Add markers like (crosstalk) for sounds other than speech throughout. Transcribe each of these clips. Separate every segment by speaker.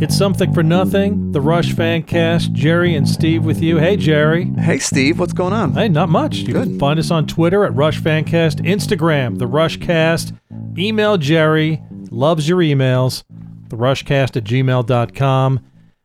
Speaker 1: It's Something for Nothing, the Rush Fan Cast. Jerry and Steve with you. Hey, Jerry.
Speaker 2: Hey, Steve, what's going on?
Speaker 1: Hey, not much. You can
Speaker 2: Good.
Speaker 1: find us on Twitter at Rush Fancast, Instagram, The Rush Cast. Email Jerry, loves your emails, TheRushCast at gmail.com.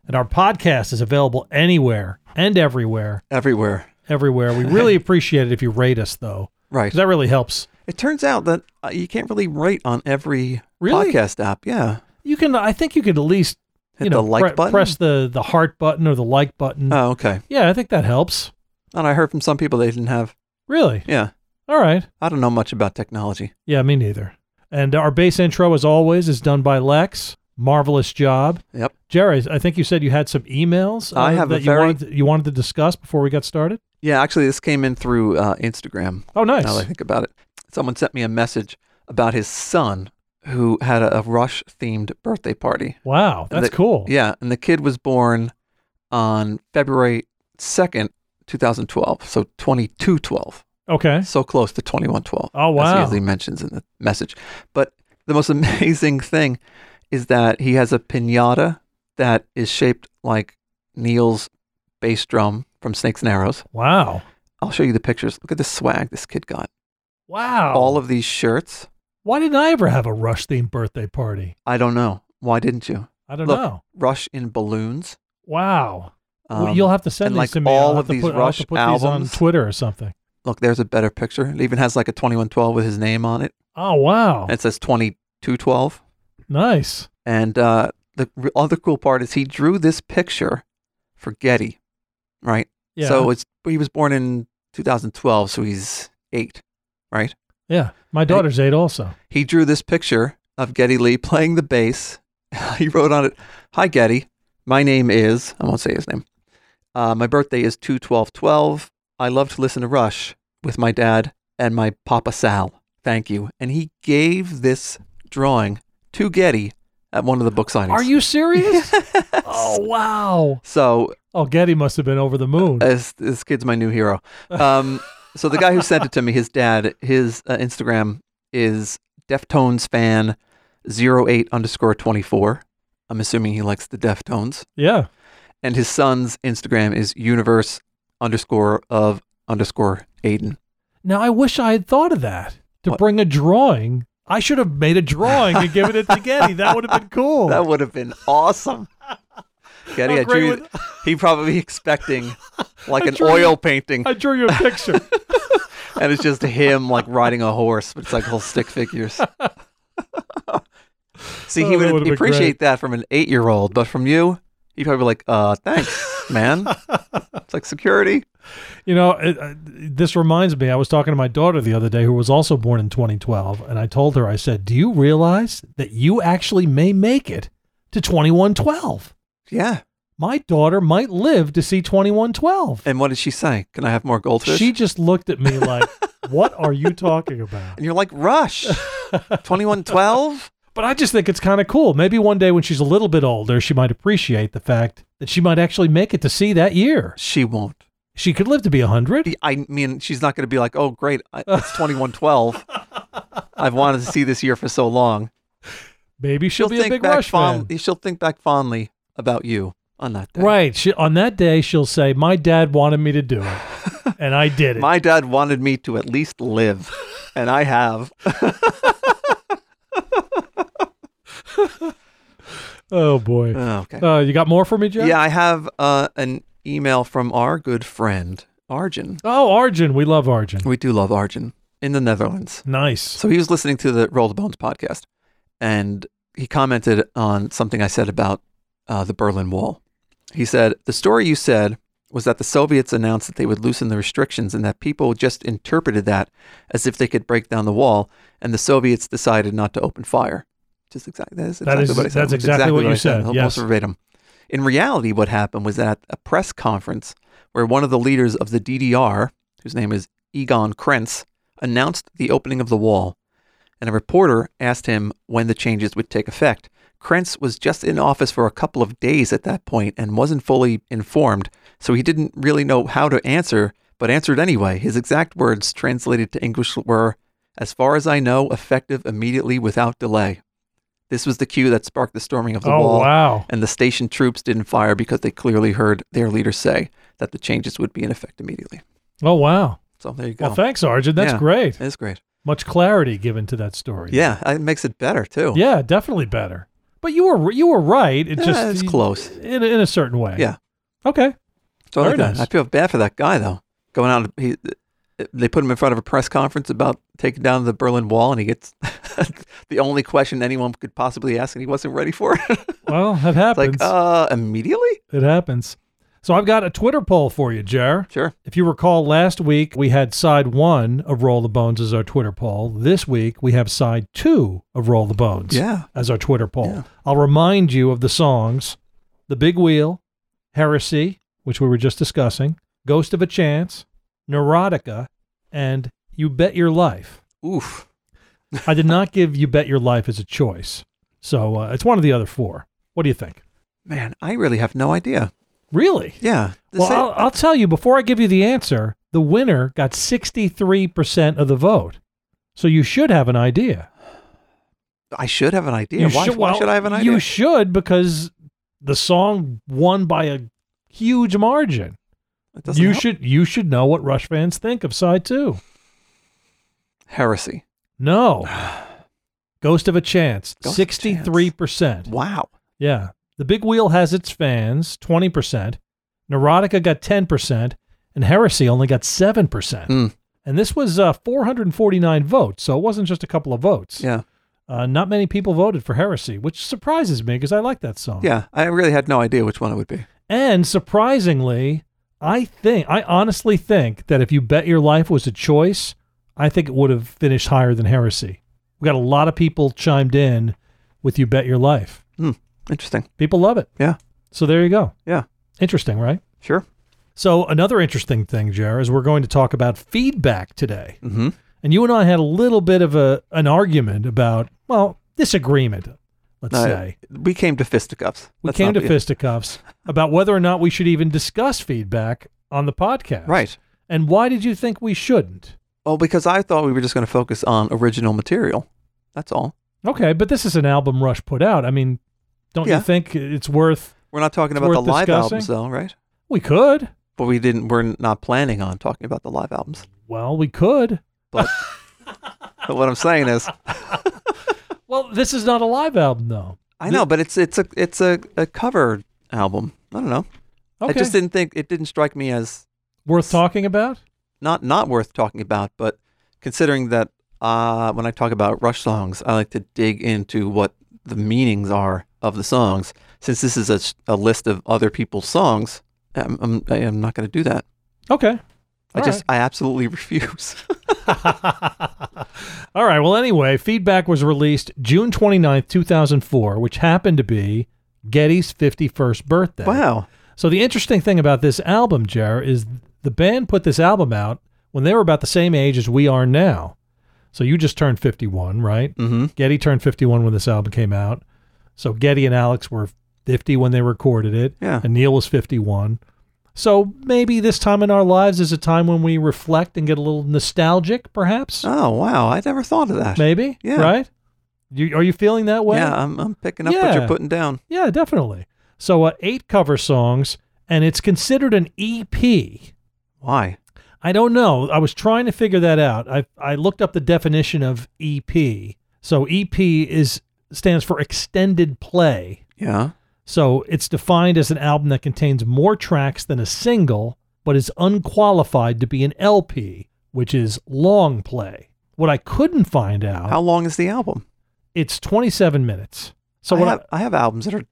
Speaker 1: And our podcast is available anywhere and everywhere.
Speaker 2: Everywhere.
Speaker 1: Everywhere. We
Speaker 2: (laughs)
Speaker 1: really appreciate it if you rate us, though,
Speaker 2: Right.
Speaker 1: 'cause that really helps.
Speaker 2: it turns out that uh, you can't really rate on every
Speaker 1: Really?
Speaker 2: podcast app. Yeah.
Speaker 1: You can, I think you could at least,
Speaker 2: Hit
Speaker 1: you know,
Speaker 2: the like
Speaker 1: pre-
Speaker 2: button?
Speaker 1: press the, the heart button or the like button.
Speaker 2: Oh, okay.
Speaker 1: yeah, I think that helps.
Speaker 2: And I heard from some people they didn't have.
Speaker 1: Really?
Speaker 2: Yeah.
Speaker 1: All right.
Speaker 2: I don't know much about technology.
Speaker 1: Yeah, me neither. And our bass intro, as always, is done by Lex. Marvelous job.
Speaker 2: Yep.
Speaker 1: Jerry, I think you said you had some emails um,
Speaker 2: I have a
Speaker 1: that you,
Speaker 2: very-
Speaker 1: wanted to, you wanted to discuss before we got started.
Speaker 2: Yeah, actually, this came in through uh, Instagram.
Speaker 1: Oh, nice.
Speaker 2: Now that I think about it, someone sent me a message about his son who had a, a Rush themed birthday party.
Speaker 1: Wow, that's
Speaker 2: The-
Speaker 1: cool.
Speaker 2: Yeah, and the kid was born on February 2nd, 2012. So 2212.
Speaker 1: Okay.
Speaker 2: so close to 2112.
Speaker 1: Oh,
Speaker 2: As
Speaker 1: wow.
Speaker 2: he usually mentions in the message. But the most amazing thing is that he has a pinata that is shaped like Neil's bass drum from Snakes and Arrows.
Speaker 1: Wow.
Speaker 2: I'll show you the pictures. Look at the swag this kid got.
Speaker 1: Wow.
Speaker 2: All of these shirts.
Speaker 1: Why didn't I ever have a Rush themed birthday party?
Speaker 2: I don't know. Why didn't you?
Speaker 1: I don't
Speaker 2: Look,
Speaker 1: know.
Speaker 2: Rush in balloons.
Speaker 1: Wow. Well,
Speaker 2: Um,
Speaker 1: You'll have to send
Speaker 2: and,
Speaker 1: these
Speaker 2: like,
Speaker 1: to me.
Speaker 2: all
Speaker 1: I'll have
Speaker 2: of
Speaker 1: to
Speaker 2: these
Speaker 1: put, I'll have to
Speaker 2: Rush
Speaker 1: put these
Speaker 2: albums.
Speaker 1: on Twitter or something.
Speaker 2: Look, there's a better picture. It even has like a 2112 with his name on it.
Speaker 1: Oh, wow.
Speaker 2: And it says 2212.
Speaker 1: nice.
Speaker 2: And uh, the r- other cool part is he drew this picture for Getty, right?
Speaker 1: Yeah.
Speaker 2: So it's he was born in 2012, so he's eight, right?
Speaker 1: yeah. My daughter's eight also.
Speaker 2: He drew this picture of Getty Lee playing the bass. (laughs) he wrote on it, "Hi Getty, my name is I won't say his name. Uh, my birthday is two twelve twelve. I love to listen to Rush with my dad and my Papa Sal. Thank you." And he gave this drawing to Getty at one of the book signings.
Speaker 1: Are you
Speaker 2: (laughs)
Speaker 1: serious? oh, wow.
Speaker 2: So
Speaker 1: Oh, Getty must have been over the moon.
Speaker 2: as this kid's my new hero.
Speaker 1: (laughs)
Speaker 2: Um, so the guy who sent it to me, his dad, his uh, Instagram is Deftones fan 08 underscore 24. I'm assuming he likes the Deftones.
Speaker 1: yeah.
Speaker 2: And his son's Instagram is universe underscore of underscore Aiden.
Speaker 1: Now I wish I had thought of that to
Speaker 2: What?
Speaker 1: bring a drawing. I should have made a drawing and given it
Speaker 2: (laughs)
Speaker 1: to Getty. That would have been cool.
Speaker 2: That would have been
Speaker 1: (laughs)
Speaker 2: awesome. Getty,
Speaker 1: How
Speaker 2: I
Speaker 1: great
Speaker 2: drew,
Speaker 1: would-
Speaker 2: he probably expecting
Speaker 1: (laughs)
Speaker 2: like
Speaker 1: I
Speaker 2: an
Speaker 1: drew-
Speaker 2: oil painting
Speaker 1: I drew you a
Speaker 2: (laughs)
Speaker 1: picture.
Speaker 2: and it's just him like riding a horse, but it's like whole stick figures. See,
Speaker 1: Oh,
Speaker 2: he
Speaker 1: that would've
Speaker 2: would
Speaker 1: been
Speaker 2: appreciate that from an eight-year-old, but from you, he'd probably be like, "Uh, thanks, man."
Speaker 1: (laughs)
Speaker 2: it's like security.
Speaker 1: you know, it, uh, this reminds me. I was talking to my daughter the other day, who was also born in 2012, and I told her, I said, "Do you realize that you actually may make it to 2112?
Speaker 2: Yeah.
Speaker 1: My daughter might live to see 2112."
Speaker 2: And what did she say? Can I have more goldfish?
Speaker 1: She just looked at me like, "What are you talking about?"
Speaker 2: and you're like,
Speaker 1: (laughs)
Speaker 2: "Rush, twenty-one twelve."
Speaker 1: But I just think it's kind of cool. Maybe one day when she's a little bit older, she might appreciate the fact that she might actually make it to see that year.
Speaker 2: She won't.
Speaker 1: She could live to be 100.
Speaker 2: I mean, she's not going to be like, "Oh, great, I- it's twenty-one twelve. I've wanted to see this year for so long."
Speaker 1: Maybe she'll, be a
Speaker 2: think
Speaker 1: big
Speaker 2: back
Speaker 1: Rush fan.
Speaker 2: fondly. She'll think back fondly about you on that day.
Speaker 1: Right. She, on that day, she'll say, My dad wanted me to do
Speaker 2: (laughs)
Speaker 1: it, and I did it.
Speaker 2: My dad wanted me to at least live, and
Speaker 1: (laughs)
Speaker 2: I have.
Speaker 1: oh, boy.
Speaker 2: okay.
Speaker 1: Uh, you got more for me, Jeff?
Speaker 2: Yeah, I have uh, an email from our good friend, Arjun.
Speaker 1: Oh, Arjun. We love Arjun.
Speaker 2: We do love Arjun in the Netherlands.
Speaker 1: Nice.
Speaker 2: So he was listening to the Roll the Bones podcast, and he commented on something I said about uh, the Berlin Wall. He said, The story you said was that the Soviets announced that they would loosen the restrictions and that people just interpreted that as if they could break down the wall, and the Soviets decided not to open fire. Just exactly that is
Speaker 1: That
Speaker 2: exactly
Speaker 1: is-
Speaker 2: what I said.
Speaker 1: that's exactly what
Speaker 2: I
Speaker 1: you said,
Speaker 2: Almost
Speaker 1: yes.
Speaker 2: verbatim. In reality, what happened was that at a press conference where one of the leaders of the DDR, whose name is Egon Krenz, announced the opening of the wall, and a reporter asked him when the changes would take effect. Krentz was just in office for a couple of days at that point and wasn't fully informed, so he didn't really know how to answer, but answered anyway. His exact words translated to English were, As far as I know, effective immediately without delay. This was the cue that sparked the storming of the
Speaker 1: oh
Speaker 2: wall.
Speaker 1: wow.
Speaker 2: And the station troops didn't fire because they clearly heard their leader say that the changes would be in effect immediately.
Speaker 1: Oh wow.
Speaker 2: So there you go.
Speaker 1: Well, thanks, Arjun. That's
Speaker 2: Yeah.
Speaker 1: great.
Speaker 2: It's great.
Speaker 1: Much clarity given to that story.
Speaker 2: Yeah, it makes it better too.
Speaker 1: Yeah, definitely better. But you were you were right. It
Speaker 2: Yeah,
Speaker 1: just
Speaker 2: it's close.
Speaker 1: in a, in a certain way.
Speaker 2: Yeah.
Speaker 1: Okay.
Speaker 2: So I,
Speaker 1: Very
Speaker 2: like that.
Speaker 1: nice.
Speaker 2: I feel bad for that guy though. Going out, he, they put him in front of a press conference about taking down the Berlin Wall, and he gets (laughs) the only question anyone could possibly ask, and he wasn't ready for it. (laughs) It's
Speaker 1: Well, it happens.
Speaker 2: like, uh, immediately?
Speaker 1: it happens. So I've got a Twitter poll for you, Jer.
Speaker 2: Sure.
Speaker 1: If you recall, last week we had side one of Roll the Bones as our Twitter poll. This week we have side two of Roll the Bones
Speaker 2: Yeah.
Speaker 1: as our Twitter poll.
Speaker 2: Yeah.
Speaker 1: I'll remind you of the songs The Big Wheel, Heresy, which we were just discussing, Ghost of a Chance, Neurotica, and You Bet Your
Speaker 2: (laughs)
Speaker 1: Life.
Speaker 2: Oof.
Speaker 1: I did not give You Bet Your Life as a choice. So uh, it's one of the other four. What do you think?
Speaker 2: Man, I really have no idea.
Speaker 1: Really?
Speaker 2: Yeah. The
Speaker 1: Well,
Speaker 2: same-
Speaker 1: I'll, I'll tell you before I give you the answer. The winner got 63% of the vote. So you should have an idea.
Speaker 2: I should have an idea.
Speaker 1: You
Speaker 2: Why,
Speaker 1: should-
Speaker 2: why
Speaker 1: well,
Speaker 2: should I have an idea?
Speaker 1: You should because the song won by a huge margin.
Speaker 2: It doesn't
Speaker 1: You
Speaker 2: help.
Speaker 1: should you should know what Rush fans think of side 2.
Speaker 2: Heresy. (sighs)
Speaker 1: No. Ghost of a Chance,
Speaker 2: Ghost of a Chance.
Speaker 1: 63%.
Speaker 2: Wow.
Speaker 1: Yeah. The Big Wheel has its fans, 20%. Neurotica got 10%, and Heresy only got 7%.
Speaker 2: Hmm.
Speaker 1: And this was uh, 449 votes, so it wasn't just a couple of votes.
Speaker 2: Yeah.
Speaker 1: Uh, not many people voted for Heresy, which surprises me because I like that song.
Speaker 2: Yeah. I really had no idea which one it would be.
Speaker 1: And surprisingly, I think, I honestly think that if you bet your life was a choice, I think it would have finished higher than Heresy. We got a lot of people chimed in with You Bet Your Life.
Speaker 2: Hmm. Interesting.
Speaker 1: People love it.
Speaker 2: Yeah.
Speaker 1: So there you go.
Speaker 2: Yeah.
Speaker 1: Interesting, right?
Speaker 2: Sure.
Speaker 1: So another interesting thing, Jer, is we're going to talk about feedback today.
Speaker 2: Mm-hmm.
Speaker 1: And you and I had a little bit of a an argument about, well, disagreement, let's say.
Speaker 2: we came to fisticuffs.
Speaker 1: We
Speaker 2: Let's
Speaker 1: came
Speaker 2: not
Speaker 1: to
Speaker 2: be-
Speaker 1: fisticuffs about whether or not we should even discuss feedback on the podcast.
Speaker 2: Right.
Speaker 1: And why did you think we shouldn't?
Speaker 2: Well, because I thought we were just going to focus on original material. That's all.
Speaker 1: Okay, but this is an album Rush put out. I mean, don't
Speaker 2: Yeah.
Speaker 1: you think it's worth
Speaker 2: We're not talking
Speaker 1: It's
Speaker 2: about the
Speaker 1: worth
Speaker 2: live albums,
Speaker 1: discussing.
Speaker 2: though, right?
Speaker 1: we could.
Speaker 2: But we didn't. We're not planning on talking about the live albums.
Speaker 1: Well, we could.
Speaker 2: But what I'm saying is,
Speaker 1: Well, this is not a live album though.
Speaker 2: I know, but it's it's a it's a, a cover album. I don't know.
Speaker 1: Okay.
Speaker 2: I just didn't think it didn't strike me as
Speaker 1: worth talking about?
Speaker 2: not not worth talking about. But considering that uh, when I talk about Rush songs, I like to dig into what the meanings are of the songs. Since this is a, s- a list of other people's songs, I'm, I'm, I am not going to do that.
Speaker 1: Okay.
Speaker 2: I
Speaker 1: All
Speaker 2: just I absolutely (laughs) refuse.
Speaker 1: (laughs) All right. Well, anyway, feedback was released June 29th, 2004, which happened to be Getty's 51st birthday.
Speaker 2: wow.
Speaker 1: So, the interesting thing about this album, Jer, is the band put this album out when they were about the same age as we are now. So, you just turned 51, right?
Speaker 2: Mm-hmm.
Speaker 1: Getty turned 51 when this album came out. So, Getty and Alex were 50 when they recorded it,
Speaker 2: Yeah.
Speaker 1: and Neil was 51. So, maybe this time in our lives is a time when we reflect and get a little nostalgic, perhaps?
Speaker 2: Oh wow. I never thought of that.
Speaker 1: Maybe.
Speaker 2: Yeah.
Speaker 1: Right? You, are you feeling that way?
Speaker 2: yeah, I'm, I'm picking up what
Speaker 1: Yeah.
Speaker 2: you're putting down.
Speaker 1: Yeah, definitely. So, uh, eight cover songs, and it's considered an EP.
Speaker 2: Why?
Speaker 1: I don't know. I was trying to figure that out. I, I looked up the definition of EP. So, EP is stands for extended play.
Speaker 2: Yeah.
Speaker 1: So, it's defined as an album that contains more tracks than a single, but is unqualified to be an LP, which is long play. What I couldn't find out,
Speaker 2: How long is the album?
Speaker 1: it's 27 minutes. So,
Speaker 2: I
Speaker 1: what I-
Speaker 2: have, I have albums that are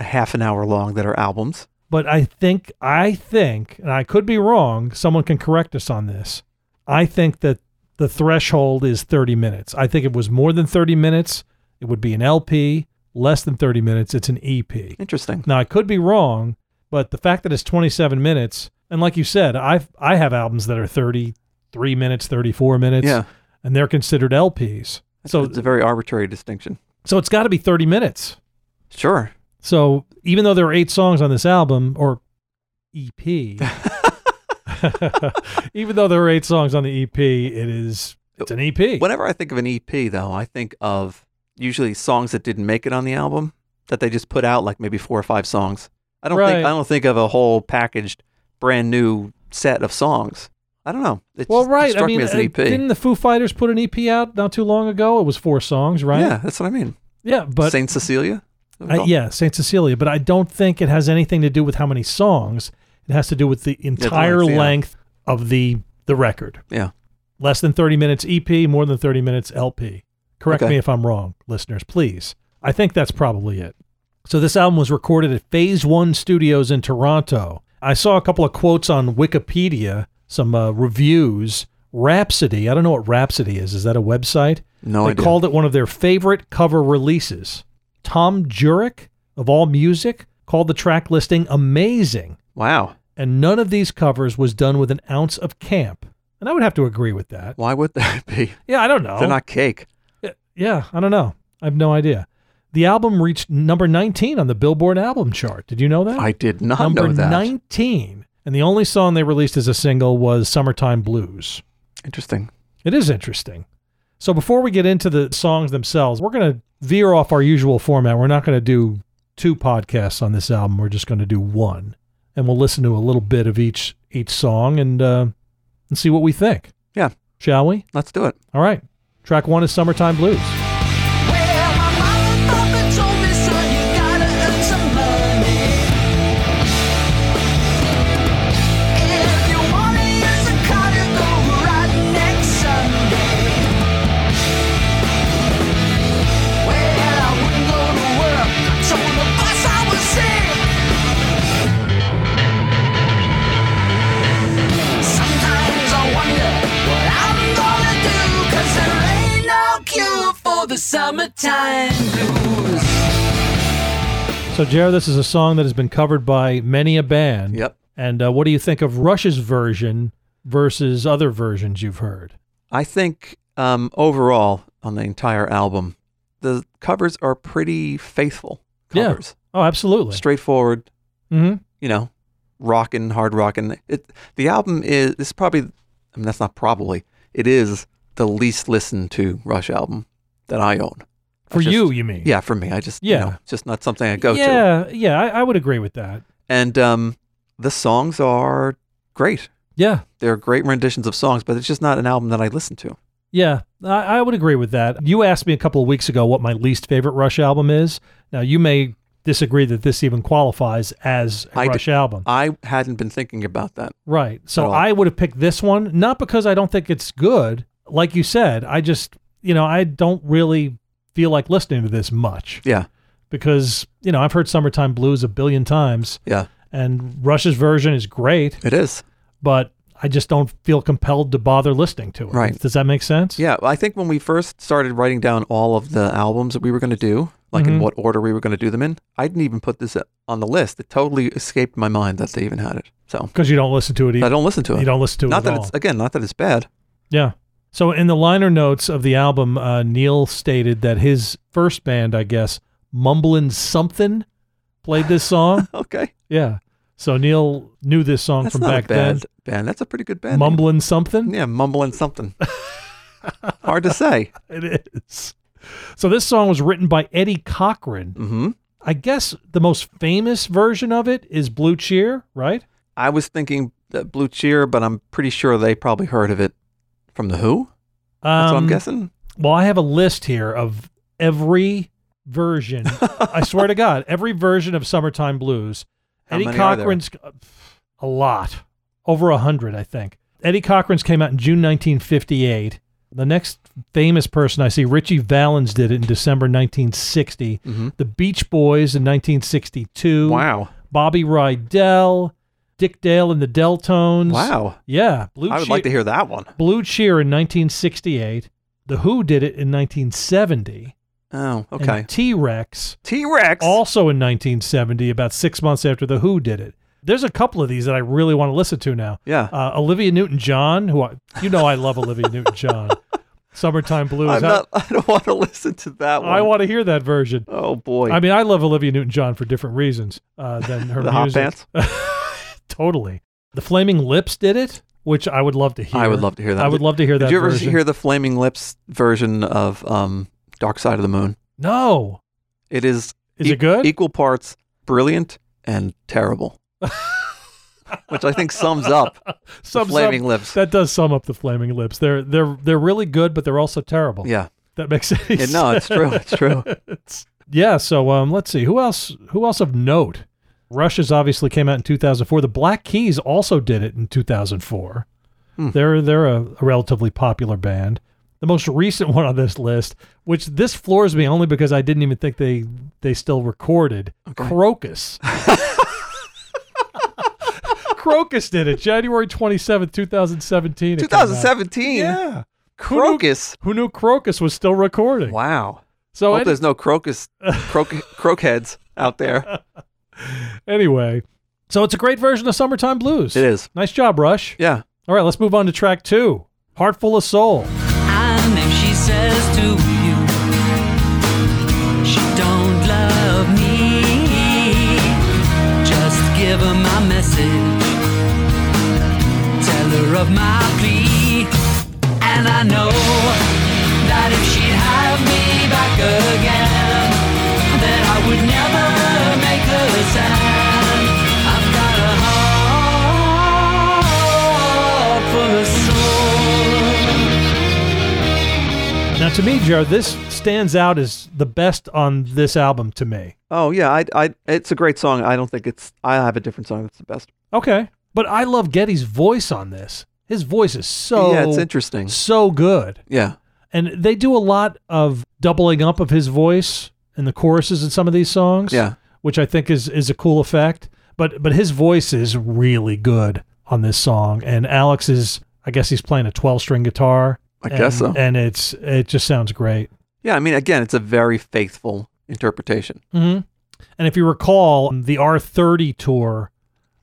Speaker 2: a half an hour long that are albums.
Speaker 1: but I think I think, and I could be wrong. Someone can correct us on this. I think that the threshold is 30 minutes. I think if it was more than 30 minutes, it would be an LP. Less than 30 minutes, it's an E EP.
Speaker 2: Interesting.
Speaker 1: Now I could be wrong, but the fact that it's 27 minutes, and like you said, I I have albums that are 33 minutes, 34 minutes,
Speaker 2: yeah.
Speaker 1: and they're considered LPs.
Speaker 2: So
Speaker 1: So
Speaker 2: it's a very arbitrary distinction.
Speaker 1: so it's got to be 30 minutes.
Speaker 2: Sure.
Speaker 1: So even though there are eight songs on this album or EP,
Speaker 2: (laughs)
Speaker 1: (laughs) even though there are eight songs on the EP, it E is it's an E EP.
Speaker 2: E Whenever I think of an EP, though, I think of usually songs that didn't make it on the album that they just put out like maybe four or five songs. I don't
Speaker 1: Right.
Speaker 2: think I don't think of a whole packaged brand new set of songs. I don't know. It
Speaker 1: Well,
Speaker 2: just- it
Speaker 1: right.
Speaker 2: struck
Speaker 1: I mean,
Speaker 2: me as an E
Speaker 1: uh,
Speaker 2: EP.
Speaker 1: didn't the Foo Fighters put an EP out not too long ago? It was four songs, right?
Speaker 2: Yeah, that's what I mean.
Speaker 1: Yeah, but
Speaker 2: Saint Cecilia.
Speaker 1: I, yeah, Saint Cecilia. But I don't think it has anything to do with how many songs. It has to do with the entire
Speaker 2: length, yeah.
Speaker 1: length of the the record.
Speaker 2: Yeah.
Speaker 1: Less than thirty minutes EP, more than thirty minutes LP. Correct
Speaker 2: Okay.
Speaker 1: me if I'm wrong, listeners, please. I think that's probably it. So this album was recorded at Phase One Studios in Toronto. I saw a couple of quotes on Wikipedia, some uh, reviews. Rhapsody. I don't know what Rhapsody is. Is that a website?
Speaker 2: No
Speaker 1: they
Speaker 2: idea.
Speaker 1: called it one of their favorite cover releases. Tom Jurek of All Music called the track listing amazing,
Speaker 2: wow.
Speaker 1: and none of these covers was done with an ounce of camp. And I would have to agree with that.
Speaker 2: Why would that be?
Speaker 1: Yeah, I don't know.
Speaker 2: They're not cake.
Speaker 1: Yeah, yeah, I don't know. I have no idea. The album reached number 19 on the Billboard album chart. Did you know that?
Speaker 2: I did not
Speaker 1: number
Speaker 2: know that.
Speaker 1: 19. And the only song they released as a single was Summertime Blues.
Speaker 2: Interesting.
Speaker 1: It is interesting. So before we get into the songs themselves, we're going to veer off our usual format. We're not going to do two podcasts on this album. We're just going to do one, and we'll listen to a little bit of each each song and uh, and see what we think.
Speaker 2: Yeah.
Speaker 1: Shall we?
Speaker 2: Let's do it.
Speaker 1: All right. Track one is "Summertime Blues."
Speaker 3: Well, my mama papa told me, son, you gotta earn some money. If you wanna use a car, you go riding next Sunday. Well, I wouldn't go to work. Told the boss I was sick. Sometimes I wonder what I'm gonna do, 'cause there ain't no cure for the summertime blues.
Speaker 1: So, Jared, this is a song that has been covered by many a band.
Speaker 2: Yep.
Speaker 1: And uh, what do you think of Rush's version versus other versions you've heard?
Speaker 2: I think um, overall on the entire album, the covers are pretty faithful
Speaker 1: Yeah.
Speaker 2: covers.
Speaker 1: Oh, absolutely.
Speaker 2: Straightforward,
Speaker 1: hmm
Speaker 2: you know, rockin', hard rockin'. It, the album is, this is probably, I mean, that's not probably, it is the least listened to Rush album that I own. I
Speaker 1: For
Speaker 2: just-
Speaker 1: you, you mean?
Speaker 2: Yeah, for me. I just,
Speaker 1: Yeah.
Speaker 2: you know, it's just not something I go to.
Speaker 1: yeah, yeah, I, I would agree with that.
Speaker 2: And um, the songs are great.
Speaker 1: Yeah,
Speaker 2: They're great renditions of songs, but it's just not an album that I listen to.
Speaker 1: yeah, I, I would agree with that. You asked me a couple of weeks ago what my least favorite Rush album is. Now you may disagree that this even qualifies as a
Speaker 2: I d-
Speaker 1: Rush album,
Speaker 2: I hadn't been thinking about that.
Speaker 1: right?
Speaker 2: At
Speaker 1: So
Speaker 2: all.
Speaker 1: I would have picked this one, not because I don't think it's good. Like you said, I just you know I don't really feel like listening to this much
Speaker 2: Yeah.
Speaker 1: because you know I've heard "Summertime Blues" a billion times,
Speaker 2: Yeah.
Speaker 1: and Rush's version is great.
Speaker 2: It is.
Speaker 1: but I just don't feel compelled to bother listening to it.
Speaker 2: Right.
Speaker 1: Does that make sense?
Speaker 2: Yeah, I think when we first started writing down all of the albums that we were going to do, like in
Speaker 1: Mhm.
Speaker 2: what order we were going to do them in, I didn't even put this on the list. It totally escaped my mind that they even had it. So
Speaker 1: Because you don't listen to it
Speaker 2: I
Speaker 1: either.
Speaker 2: don't listen to it.
Speaker 1: You don't listen to it
Speaker 2: not
Speaker 1: at
Speaker 2: that
Speaker 1: all.
Speaker 2: it's again, not that it's bad. (laughs)
Speaker 1: Yeah. So in the liner notes of the album, uh, Neil stated that his first band, I guess, Mumblin' Something, played this song.
Speaker 2: (laughs) Okay,
Speaker 1: yeah. So Neil knew this song
Speaker 2: that's
Speaker 1: from
Speaker 2: not
Speaker 1: back
Speaker 2: a bad
Speaker 1: then.
Speaker 2: band. That's a pretty good band. name.
Speaker 1: Mumblin' Something?
Speaker 2: yeah,
Speaker 1: (laughs)
Speaker 2: mumbling something. Hard to say.
Speaker 1: It is. So this song was written by Eddie Cochran.
Speaker 2: hmm
Speaker 1: I guess the most famous version of it is Blue Cheer, right?
Speaker 2: I was thinking uh, Blue Cheer, but I'm pretty sure they probably heard of it from the Who. That's what I'm
Speaker 1: Um,
Speaker 2: guessing.
Speaker 1: Well, I have a list here of every version. I swear
Speaker 2: (laughs)
Speaker 1: to God, every version of Summertime Blues.
Speaker 2: How
Speaker 1: Eddie
Speaker 2: many are there?
Speaker 1: Cochran's a lot, over a hundred, I think. Eddie Cochran's came out in June 1958. The next famous person I see, Richie Valens, did it in December 1960.
Speaker 2: Mhm.
Speaker 1: The Beach Boys in 1962.
Speaker 2: Wow,
Speaker 1: Bobby Rydell, Dick Dale and the Deltones.
Speaker 2: wow.
Speaker 1: Yeah, Blue
Speaker 2: I would
Speaker 1: Cheer-
Speaker 2: like to hear that one.
Speaker 1: Blue Cheer in 1968. The Who did it in 1970.
Speaker 2: Oh, okay.
Speaker 1: T Rex
Speaker 2: T Rex.
Speaker 1: also in 1970, about six months after The Who did it. There's a couple of these that I really want to listen to now.
Speaker 2: Yeah.
Speaker 1: Uh, Olivia Newton John, who I, you know I love
Speaker 2: (laughs)
Speaker 1: Olivia Newton John. Summertime Blues.
Speaker 2: I'm
Speaker 1: I-
Speaker 2: not, (laughs) I don't want to listen to that one.
Speaker 1: I want to hear that version.
Speaker 2: oh boy.
Speaker 1: I mean, I love Olivia Newton John for different reasons uh, than her
Speaker 2: the hot
Speaker 1: music.
Speaker 2: pants.
Speaker 1: (laughs) Totally. The Flaming Lips did it, which I would love to hear.
Speaker 2: I would love to hear that.
Speaker 1: I would love to hear
Speaker 2: Did
Speaker 1: that
Speaker 2: you ever
Speaker 1: version.
Speaker 2: hear the Flaming Lips version of um, Dark Side of the Moon?
Speaker 1: No.
Speaker 2: It is
Speaker 1: Is
Speaker 2: e-
Speaker 1: it good?
Speaker 2: Equal parts brilliant and
Speaker 1: (laughs)
Speaker 2: terrible. Which I think sums up the
Speaker 1: Sums
Speaker 2: Flaming
Speaker 1: up-
Speaker 2: Lips.
Speaker 1: That does sum up the flaming lips. They're they're they're really good, but they're also terrible.
Speaker 2: Yeah.
Speaker 1: That makes (laughs) any
Speaker 2: Yeah, no, it's true.
Speaker 1: (laughs)
Speaker 2: It's true.
Speaker 1: sense. Yeah, so um let's see. Who else who else of note? Russia's obviously came out in 2004. The Black Keys also did it in 2004.
Speaker 2: Hmm.
Speaker 1: They're they're a, a relatively popular band. The most recent (laughs) one on this list, which this floors me only because I didn't even think they they still recorded.
Speaker 2: (laughs)
Speaker 1: Crocus. Crocus did it January 27th, 2017. it came out.
Speaker 2: 2017.
Speaker 1: Yeah.
Speaker 2: Crocus.
Speaker 1: Who knew Crocus Oh, was still recording?
Speaker 2: Wow.
Speaker 1: So
Speaker 2: Hope
Speaker 1: any-
Speaker 2: there's
Speaker 1: (laughs)
Speaker 2: no crocus, croc, croakheads out there.
Speaker 1: anyway, so it's a great version of Summertime Blues.
Speaker 2: It is.
Speaker 1: Nice job, Rush.
Speaker 2: Yeah.
Speaker 1: All right, let's move on to track two Heartful of Soul.
Speaker 3: And if she says to you, she don't love me, just give her my message. Tell her of my plea. And I know that if she'd have me back again, that I would never make her sad. I've got a heart full of soul.
Speaker 1: Now, to me, Joe, this stands out as the best on this album to me.
Speaker 2: Oh yeah. I, I. It's a great song. I don't think it's. I have a different song that's the best.
Speaker 1: Okay. But I love Getty's voice on this. His voice is so
Speaker 2: yeah. It's interesting.
Speaker 1: so good.
Speaker 2: Yeah.
Speaker 1: And they do a lot of doubling up of his voice in the choruses in some of these songs.
Speaker 2: Yeah.
Speaker 1: Which I think is is a cool effect. But but his voice is really good on this song. And Alex is I guess he's playing a twelve string guitar.
Speaker 2: I
Speaker 1: and,
Speaker 2: guess so.
Speaker 1: And it's it just sounds great.
Speaker 2: Yeah. I mean, again, it's a very faithful interpretation.
Speaker 1: Mm-hmm. And if you recall, the R30 tour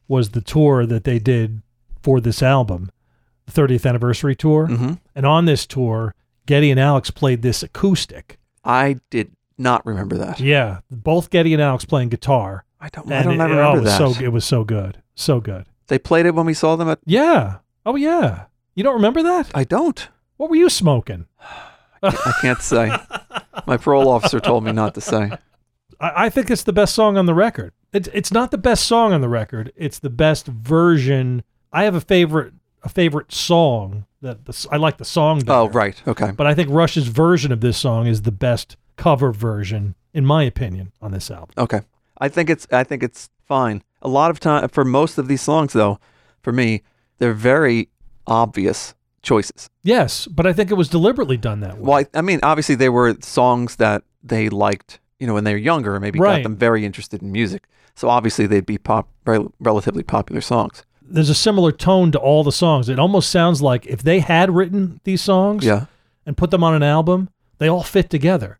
Speaker 1: was the tour that they did for this album, the 30th anniversary tour.
Speaker 2: Mm-hmm.
Speaker 1: And on this tour, Getty and Alex played this acoustic.
Speaker 2: I did not remember that.
Speaker 1: Yeah, both Getty and Alex playing guitar.
Speaker 2: I don't.
Speaker 1: And
Speaker 2: I don't
Speaker 1: it,
Speaker 2: remember
Speaker 1: oh, it was
Speaker 2: that.
Speaker 1: So it was so good, so good.
Speaker 2: They played it when we saw them at.
Speaker 1: Yeah. Oh yeah. You don't remember that?
Speaker 2: I don't.
Speaker 1: What were you smoking?
Speaker 2: I can't
Speaker 1: (laughs)
Speaker 2: say. My parole officer told me not to say.
Speaker 1: I, I think it's the best song on the record. It's it's not the best song on the record. It's the best version. I have a favorite a favorite song that the, s- I like the song. Better,
Speaker 2: Oh, right. Okay.
Speaker 1: But I think Rush's version of this song is the best cover version, in my opinion, on this album.
Speaker 2: Okay. I think it's. I think it's fine. A lot of time for most of these songs, though, for me, they're very obvious choices.
Speaker 1: Yes, but I think it was deliberately done that way.
Speaker 2: Well, I, I mean, obviously, they were songs that they liked, you know, when they were younger, and maybe
Speaker 1: Right.
Speaker 2: got them very interested in music. So obviously, they'd be pop, rel- relatively popular songs.
Speaker 1: there's a similar tone to all the songs. It almost sounds like if they had written these songs
Speaker 2: Yeah.
Speaker 1: and put them on an album, they all fit together.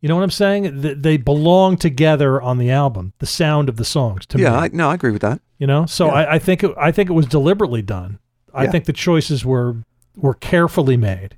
Speaker 1: You know what I'm saying? Th- They belong together on the album. The sound of the songs, to
Speaker 2: Yeah.
Speaker 1: me,
Speaker 2: I, no, I agree with that.
Speaker 1: you know. So I, I think it, I think it was deliberately done. I
Speaker 2: Yeah.
Speaker 1: think the choices were were carefully made.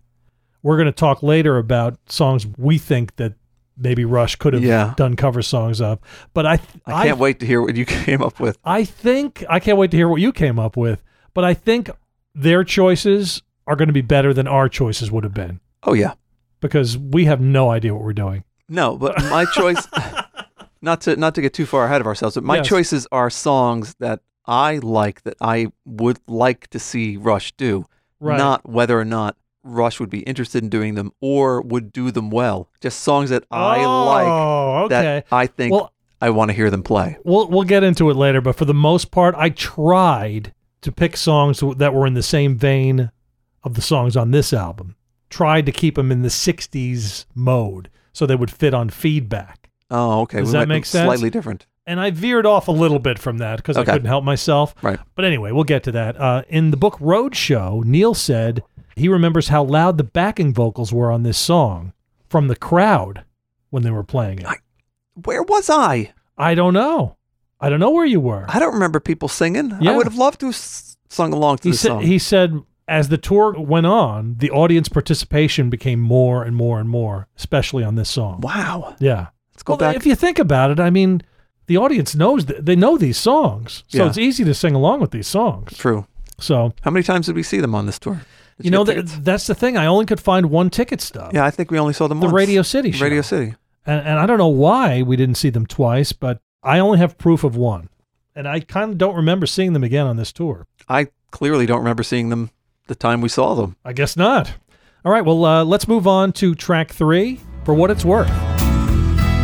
Speaker 1: We're going to talk later about songs we think that maybe Rush could have
Speaker 2: Yeah.
Speaker 1: done cover songs of, but I th-
Speaker 2: I can't wait to hear what you (laughs) came up with.
Speaker 1: I think I can't wait to hear what you came up with, but I think their choices are going to be better than our choices would have been
Speaker 2: Oh yeah.
Speaker 1: because we have no idea what we're doing.
Speaker 2: No,
Speaker 1: (laughs)
Speaker 2: but my choice (laughs) not to not to get too far ahead of ourselves, but my
Speaker 1: Yes.
Speaker 2: choices are songs that I like that I would like to see Rush do.
Speaker 1: Right.
Speaker 2: Not whether or not Rush would be interested in doing them or would do them well. Just songs that I like
Speaker 1: Oh, okay.
Speaker 2: that I think
Speaker 1: Well-
Speaker 2: I want to hear them play.
Speaker 1: We'll we'll get into it later, but for the most part, I tried to pick songs that were in the same vein of the songs on this album. Tried to keep them in the '60s mode so they would fit on feedback.
Speaker 2: Oh, okay.
Speaker 1: Does
Speaker 2: we
Speaker 1: that
Speaker 2: might be
Speaker 1: make sense?
Speaker 2: Slightly different.
Speaker 1: and I veered off a little bit from that because
Speaker 2: Okay.
Speaker 1: I couldn't help myself.
Speaker 2: Right.
Speaker 1: But anyway, we'll get to that. Uh, in the book Roadshow, Neil said he remembers how loud the backing vocals were on this song from the crowd when they were playing it.
Speaker 2: I- Where was I?
Speaker 1: I don't know. I don't know where you were.
Speaker 2: I don't remember people singing.
Speaker 1: Yeah.
Speaker 2: I would have loved to have s- sung along to
Speaker 1: He
Speaker 2: this
Speaker 1: said
Speaker 2: song.
Speaker 1: he said as the tour went on, the audience participation became more and more and more, especially on this song.
Speaker 2: wow.
Speaker 1: Yeah.
Speaker 2: Let's go
Speaker 1: well,
Speaker 2: back.
Speaker 1: if you think about it, I mean, the audience knows th- they know these songs, so
Speaker 2: Yeah.
Speaker 1: it's easy to sing along with these songs.
Speaker 2: True.
Speaker 1: So
Speaker 2: How many times did we see them on this tour? Did
Speaker 1: you know
Speaker 2: get
Speaker 1: that
Speaker 2: tickets?
Speaker 1: that's the thing. I only could find one ticket stub.
Speaker 2: Yeah, I think we only saw them
Speaker 1: the
Speaker 2: once.
Speaker 1: Radio City show.
Speaker 2: Radio City.
Speaker 1: And, and I don't know why we didn't see them twice, but I only have proof of one. And I kind of don't remember seeing them again on this tour.
Speaker 2: I clearly don't remember seeing them the time we saw them.
Speaker 1: I guess not. All right, well, uh, let's move on to track three for what it's worth.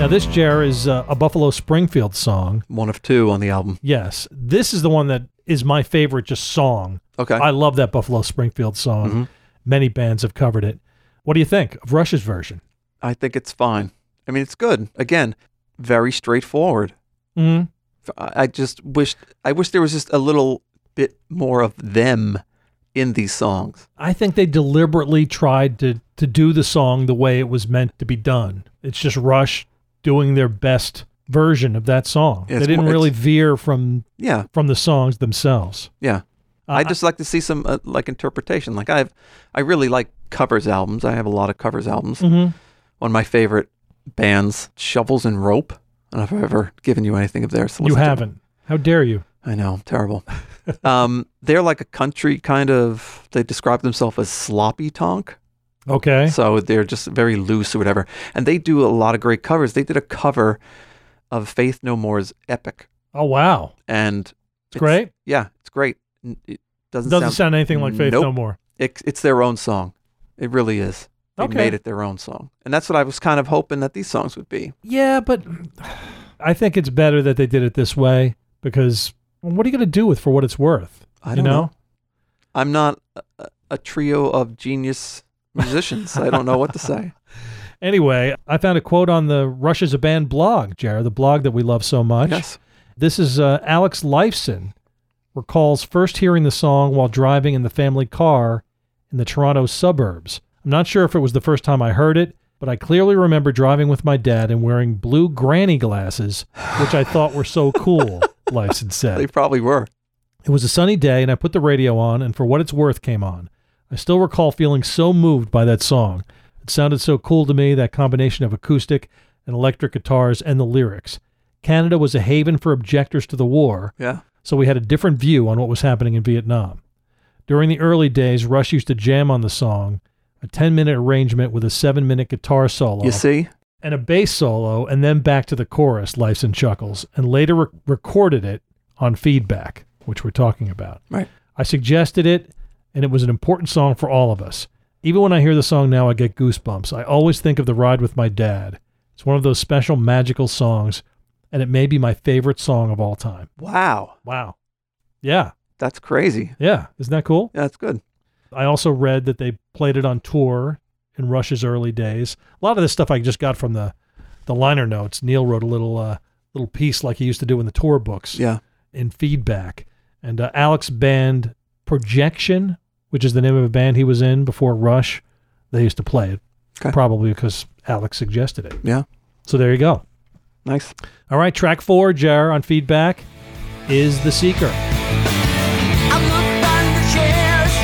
Speaker 1: Now, this, Jer, is uh, a Buffalo Springfield song.
Speaker 2: One of two on the album.
Speaker 1: Yes, this is the one that is my favorite just song.
Speaker 2: Okay. Mm-hmm.
Speaker 1: I love that Buffalo Springfield song. Many bands have covered it. What do you think of Rush's version?
Speaker 2: I think it's fine. I mean, it's good. Again, very straightforward.
Speaker 1: Mm.
Speaker 2: F- I I just wish I wish there was just a little bit more of them in these songs.
Speaker 1: I think they deliberately tried to to do the song the way it was meant to be done. It's just Rush doing their best version of that song.
Speaker 2: It's-
Speaker 1: they didn't really
Speaker 2: it's-
Speaker 1: veer from
Speaker 2: Yeah,
Speaker 1: from the songs themselves.
Speaker 2: yeah.
Speaker 1: Uh,
Speaker 2: I just like to see some uh, like interpretation. Like I've I really like covers albums. I have a lot of covers albums.
Speaker 1: Mhm.
Speaker 2: One of my favorite bands, Shovels and Rope. I don't know if I've ever given you anything of theirs. to
Speaker 1: you
Speaker 2: listen to.
Speaker 1: haven't. How dare you?
Speaker 2: I know,
Speaker 1: (laughs)
Speaker 2: terrible. um, they're like a country kind of. They describe themselves as sloppy tonk,
Speaker 1: Okay.
Speaker 2: so they're just very loose or whatever. And they do a lot of great covers. They did a cover of Faith No More's "Epic,"
Speaker 1: Oh wow.
Speaker 2: and
Speaker 1: It's great.
Speaker 2: Yeah, it's great. N- It doesn't,
Speaker 1: Doesn't sound, anything like Faith No
Speaker 2: Nope.
Speaker 1: More.
Speaker 2: It, it's their own song. It really is. They
Speaker 1: Okay.
Speaker 2: made it their own song, and that's what I was kind of hoping that these songs would be.
Speaker 1: Yeah, but I think it's better that they did it this way because what are you going to do with for what it's worth?
Speaker 2: I
Speaker 1: you
Speaker 2: don't know. I'm not a, a- a trio of genius musicians. I don't know what to say.
Speaker 1: (laughs) Anyway, I found a quote on the Rush is a Band blog, Jared, the blog that we love so much.
Speaker 2: Yes.
Speaker 1: This is uh, Alex Lifeson recalls first hearing the song while driving in the family car in the Toronto suburbs. I'm not sure if it was the first time I heard it, but I clearly remember driving with my dad and wearing blue granny glasses, which I thought were so
Speaker 2: (laughs)
Speaker 1: cool, Lifeson said.
Speaker 2: They probably were.
Speaker 1: It was a sunny day, and I put the radio on, and for what it's worth, came on. I still recall feeling so moved by that song. It sounded so cool to me, that combination of acoustic and electric guitars and the lyrics. Canada was a haven for objectors to the war,
Speaker 2: Yeah.
Speaker 1: so we had a different view on what was happening in Vietnam. During the early days, Rush used to jam on the song, a 10 minute arrangement with a 7 minute guitar solo
Speaker 2: You see?
Speaker 1: and a bass solo, and then back to the chorus, Life's and Chuckles, and later re- recorded it on feedback, which we're talking about.
Speaker 2: Right.
Speaker 1: I suggested it, and it was an important song for all of us. Even when I hear the song now, I get goosebumps. I always think of the ride with my dad. It's one of those special magical songs, and it may be my favorite song of all time.
Speaker 2: Wow.
Speaker 1: Wow. Yeah.
Speaker 2: That's crazy.
Speaker 1: Yeah. Isn't that cool?
Speaker 2: Yeah, that's good.
Speaker 1: I also read that they played it on tour in Rush's early days. A lot of this stuff I just got from the the liner notes. Neil wrote a little uh, little piece like he used to do in the tour books
Speaker 2: Yeah.
Speaker 1: in feedback. And uh, Alex Band Projection, which is the name of a band he was in before Rush, they used to play it
Speaker 2: Okay.
Speaker 1: probably because Alex suggested it.
Speaker 2: Yeah.
Speaker 1: So there you go.
Speaker 2: Nice.
Speaker 1: All right, track four, Jar on feedback is The Seeker.
Speaker 3: I've looked under chairs,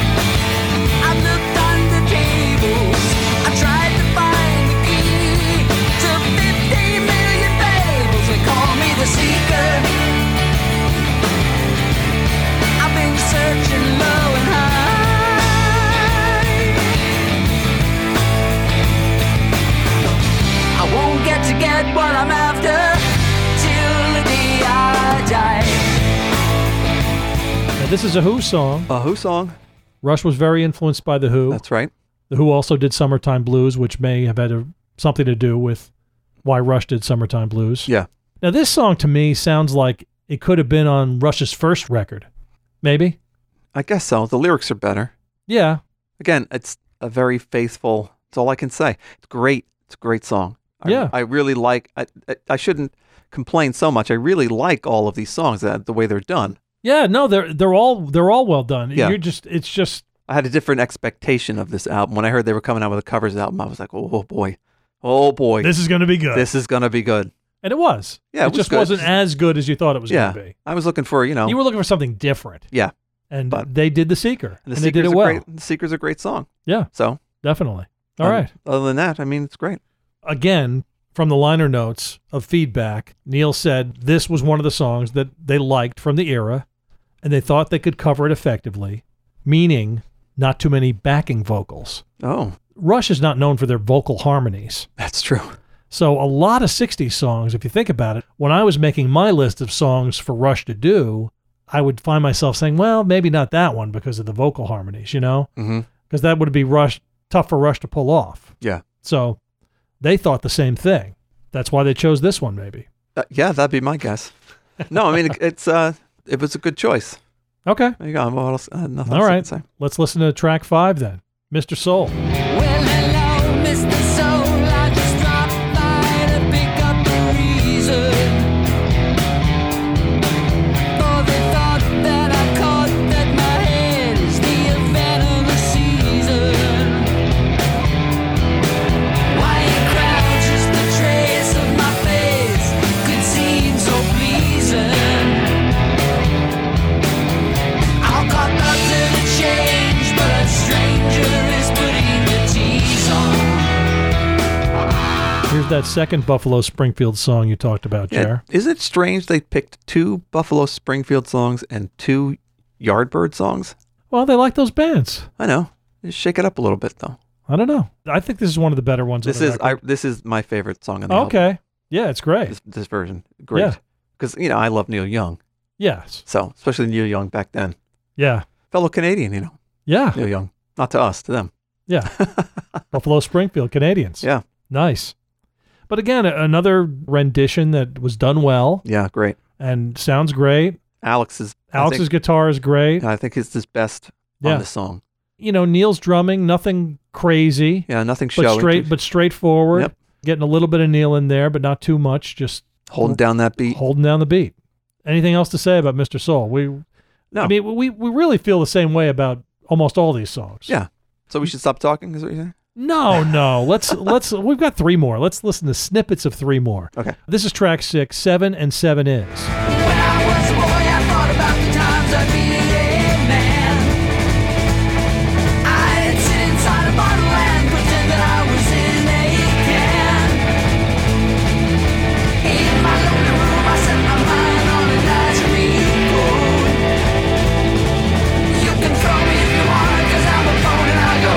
Speaker 3: I've looked under tables, I tried to find the key to 50 million fables. They call me the seeker. I've been searching low and high. I won't get to get what I'm after till the day I die.
Speaker 1: Now, this is a Who song.
Speaker 2: A Who song.
Speaker 1: Rush was very influenced by The Who.
Speaker 2: That's right.
Speaker 1: The Who also did Summertime Blues, which may have had a, something to do with why Rush did Summertime Blues.
Speaker 2: Yeah.
Speaker 1: Now, this song to me sounds like it could have been on Rush's first record. Maybe?
Speaker 2: I guess so. The lyrics are better.
Speaker 1: Yeah.
Speaker 2: Again, it's a very faithful. That's all I can say. It's great. It's a great song. I,
Speaker 1: Yeah.
Speaker 2: I really like. I, I I shouldn't complain so much. I really like all of these songs. Uh, the way they're done.
Speaker 1: Yeah, no, they're they're all they're all well done.
Speaker 2: Yeah.
Speaker 1: You're just it's just
Speaker 2: I had a different expectation of this album when I heard they were coming out with a covers album. I was like, oh boy, oh boy,
Speaker 1: this is gonna be good.
Speaker 2: this is gonna be good.
Speaker 1: And it was.
Speaker 2: Yeah, it was
Speaker 1: just
Speaker 2: good.
Speaker 1: wasn't as good as you thought it was
Speaker 2: yeah,
Speaker 1: going to be.
Speaker 2: I was looking for you know.
Speaker 1: You were looking for something different.
Speaker 2: Yeah.
Speaker 1: And
Speaker 2: But-
Speaker 1: they did The Seeker.
Speaker 2: and the
Speaker 1: and they did
Speaker 2: Seeker's
Speaker 1: it
Speaker 2: a
Speaker 1: well.
Speaker 2: Great, the Seeker's a great song.
Speaker 1: Yeah,
Speaker 2: So
Speaker 1: definitely. All
Speaker 2: um,
Speaker 1: right.
Speaker 2: Other than that, I mean, it's great.
Speaker 1: again from the liner notes of feedback, Neil said this was one of the songs that they liked from the era and they thought they could cover it effectively, meaning not too many backing vocals.
Speaker 2: Oh, (laughs)
Speaker 1: Rush is not known for their vocal harmonies.
Speaker 2: that's true.
Speaker 1: So, a lot of 60s songs, if you think about it, when I was making my list of songs for Rush to do, I would find myself saying, well, maybe not that one because of the vocal harmonies, you know?
Speaker 2: Mm-hmm.
Speaker 1: Because that would be Rush, tough for Rush to pull off.
Speaker 2: Yeah.
Speaker 1: So they thought the same thing. That's why they chose this one, maybe.
Speaker 2: Uh, yeah, that'd be my guess. No, I
Speaker 1: (laughs)
Speaker 2: mean, it, it's uh, it was a good choice.
Speaker 1: Okay.
Speaker 2: There you go. What else? Uh, nothing
Speaker 1: All right.
Speaker 2: else I can say.
Speaker 1: Let's listen to track five then. Mr. Soul.
Speaker 3: Well, hello, Mr. Soul. I just dropped by to pick up the reason. For the Oh, thought that I caught that my head is the event of the season. Why it crowds just the trace of my face could seem so pleasing. I'll cop out to the change, but a stranger is putting the tease on.
Speaker 1: Here's that second Buffalo Springfield song you talked about,
Speaker 2: Yeah.
Speaker 1: Jer.
Speaker 2: Isn't it strange they picked two Buffalo Springfield songs and two Yardbird songs?
Speaker 1: Well, they like those bands.
Speaker 2: I know. Just shake it up a little bit, though.
Speaker 1: I don't know. I think this is one of the better ones. on
Speaker 2: This
Speaker 1: the
Speaker 2: is I,
Speaker 1: record.
Speaker 2: this is my favorite song on the album.
Speaker 1: okay. Yeah, it's great.
Speaker 2: This, this version, great.
Speaker 1: Yeah.
Speaker 2: Because you know I love Neil Young,
Speaker 1: Yes.
Speaker 2: so especially Neil Young back then,
Speaker 1: Yeah.
Speaker 2: fellow Canadian,
Speaker 1: (laughs)
Speaker 2: you know
Speaker 1: Yeah.
Speaker 2: Neil Young, not to us, to them.
Speaker 1: Yeah.
Speaker 2: (laughs)
Speaker 1: Buffalo Springfield, Canadians.
Speaker 2: Yeah,
Speaker 1: Nice. But again, a- another rendition that was done well
Speaker 2: yeah, great.
Speaker 1: and sounds great.
Speaker 2: Alex is I
Speaker 1: Alex's guitar is great.
Speaker 2: think- I think it's his best
Speaker 1: Yeah.
Speaker 2: on the song.
Speaker 1: you know, Neil's drumming, nothing crazy,
Speaker 2: Yeah, nothing
Speaker 1: but
Speaker 2: showy.
Speaker 1: straight,
Speaker 2: just
Speaker 1: but straightforward.
Speaker 2: Yep.
Speaker 1: Getting a little bit of Neil in there, but not too much. Just
Speaker 2: holding down that beat.
Speaker 1: holding down the beat. Anything else to say about Mr. Soul? We,
Speaker 2: No.
Speaker 1: I mean, we we really feel the same way about almost all these songs.
Speaker 2: Yeah. So we should stop talking. Is what you're saying?
Speaker 1: No,
Speaker 2: (laughs)
Speaker 1: no. Let's let's. We've got three more. Let's listen to snippets of three more.
Speaker 2: Okay.
Speaker 1: This is track six, seven, and seven is.
Speaker 3: When I was a boy, I thought about the times I'd be a man. I'd sit inside a bottle and pretend that I was in a can. In my lonely room, I set my mind on a nice green gold. You can throw me if you want, cause I'm a phone and I go.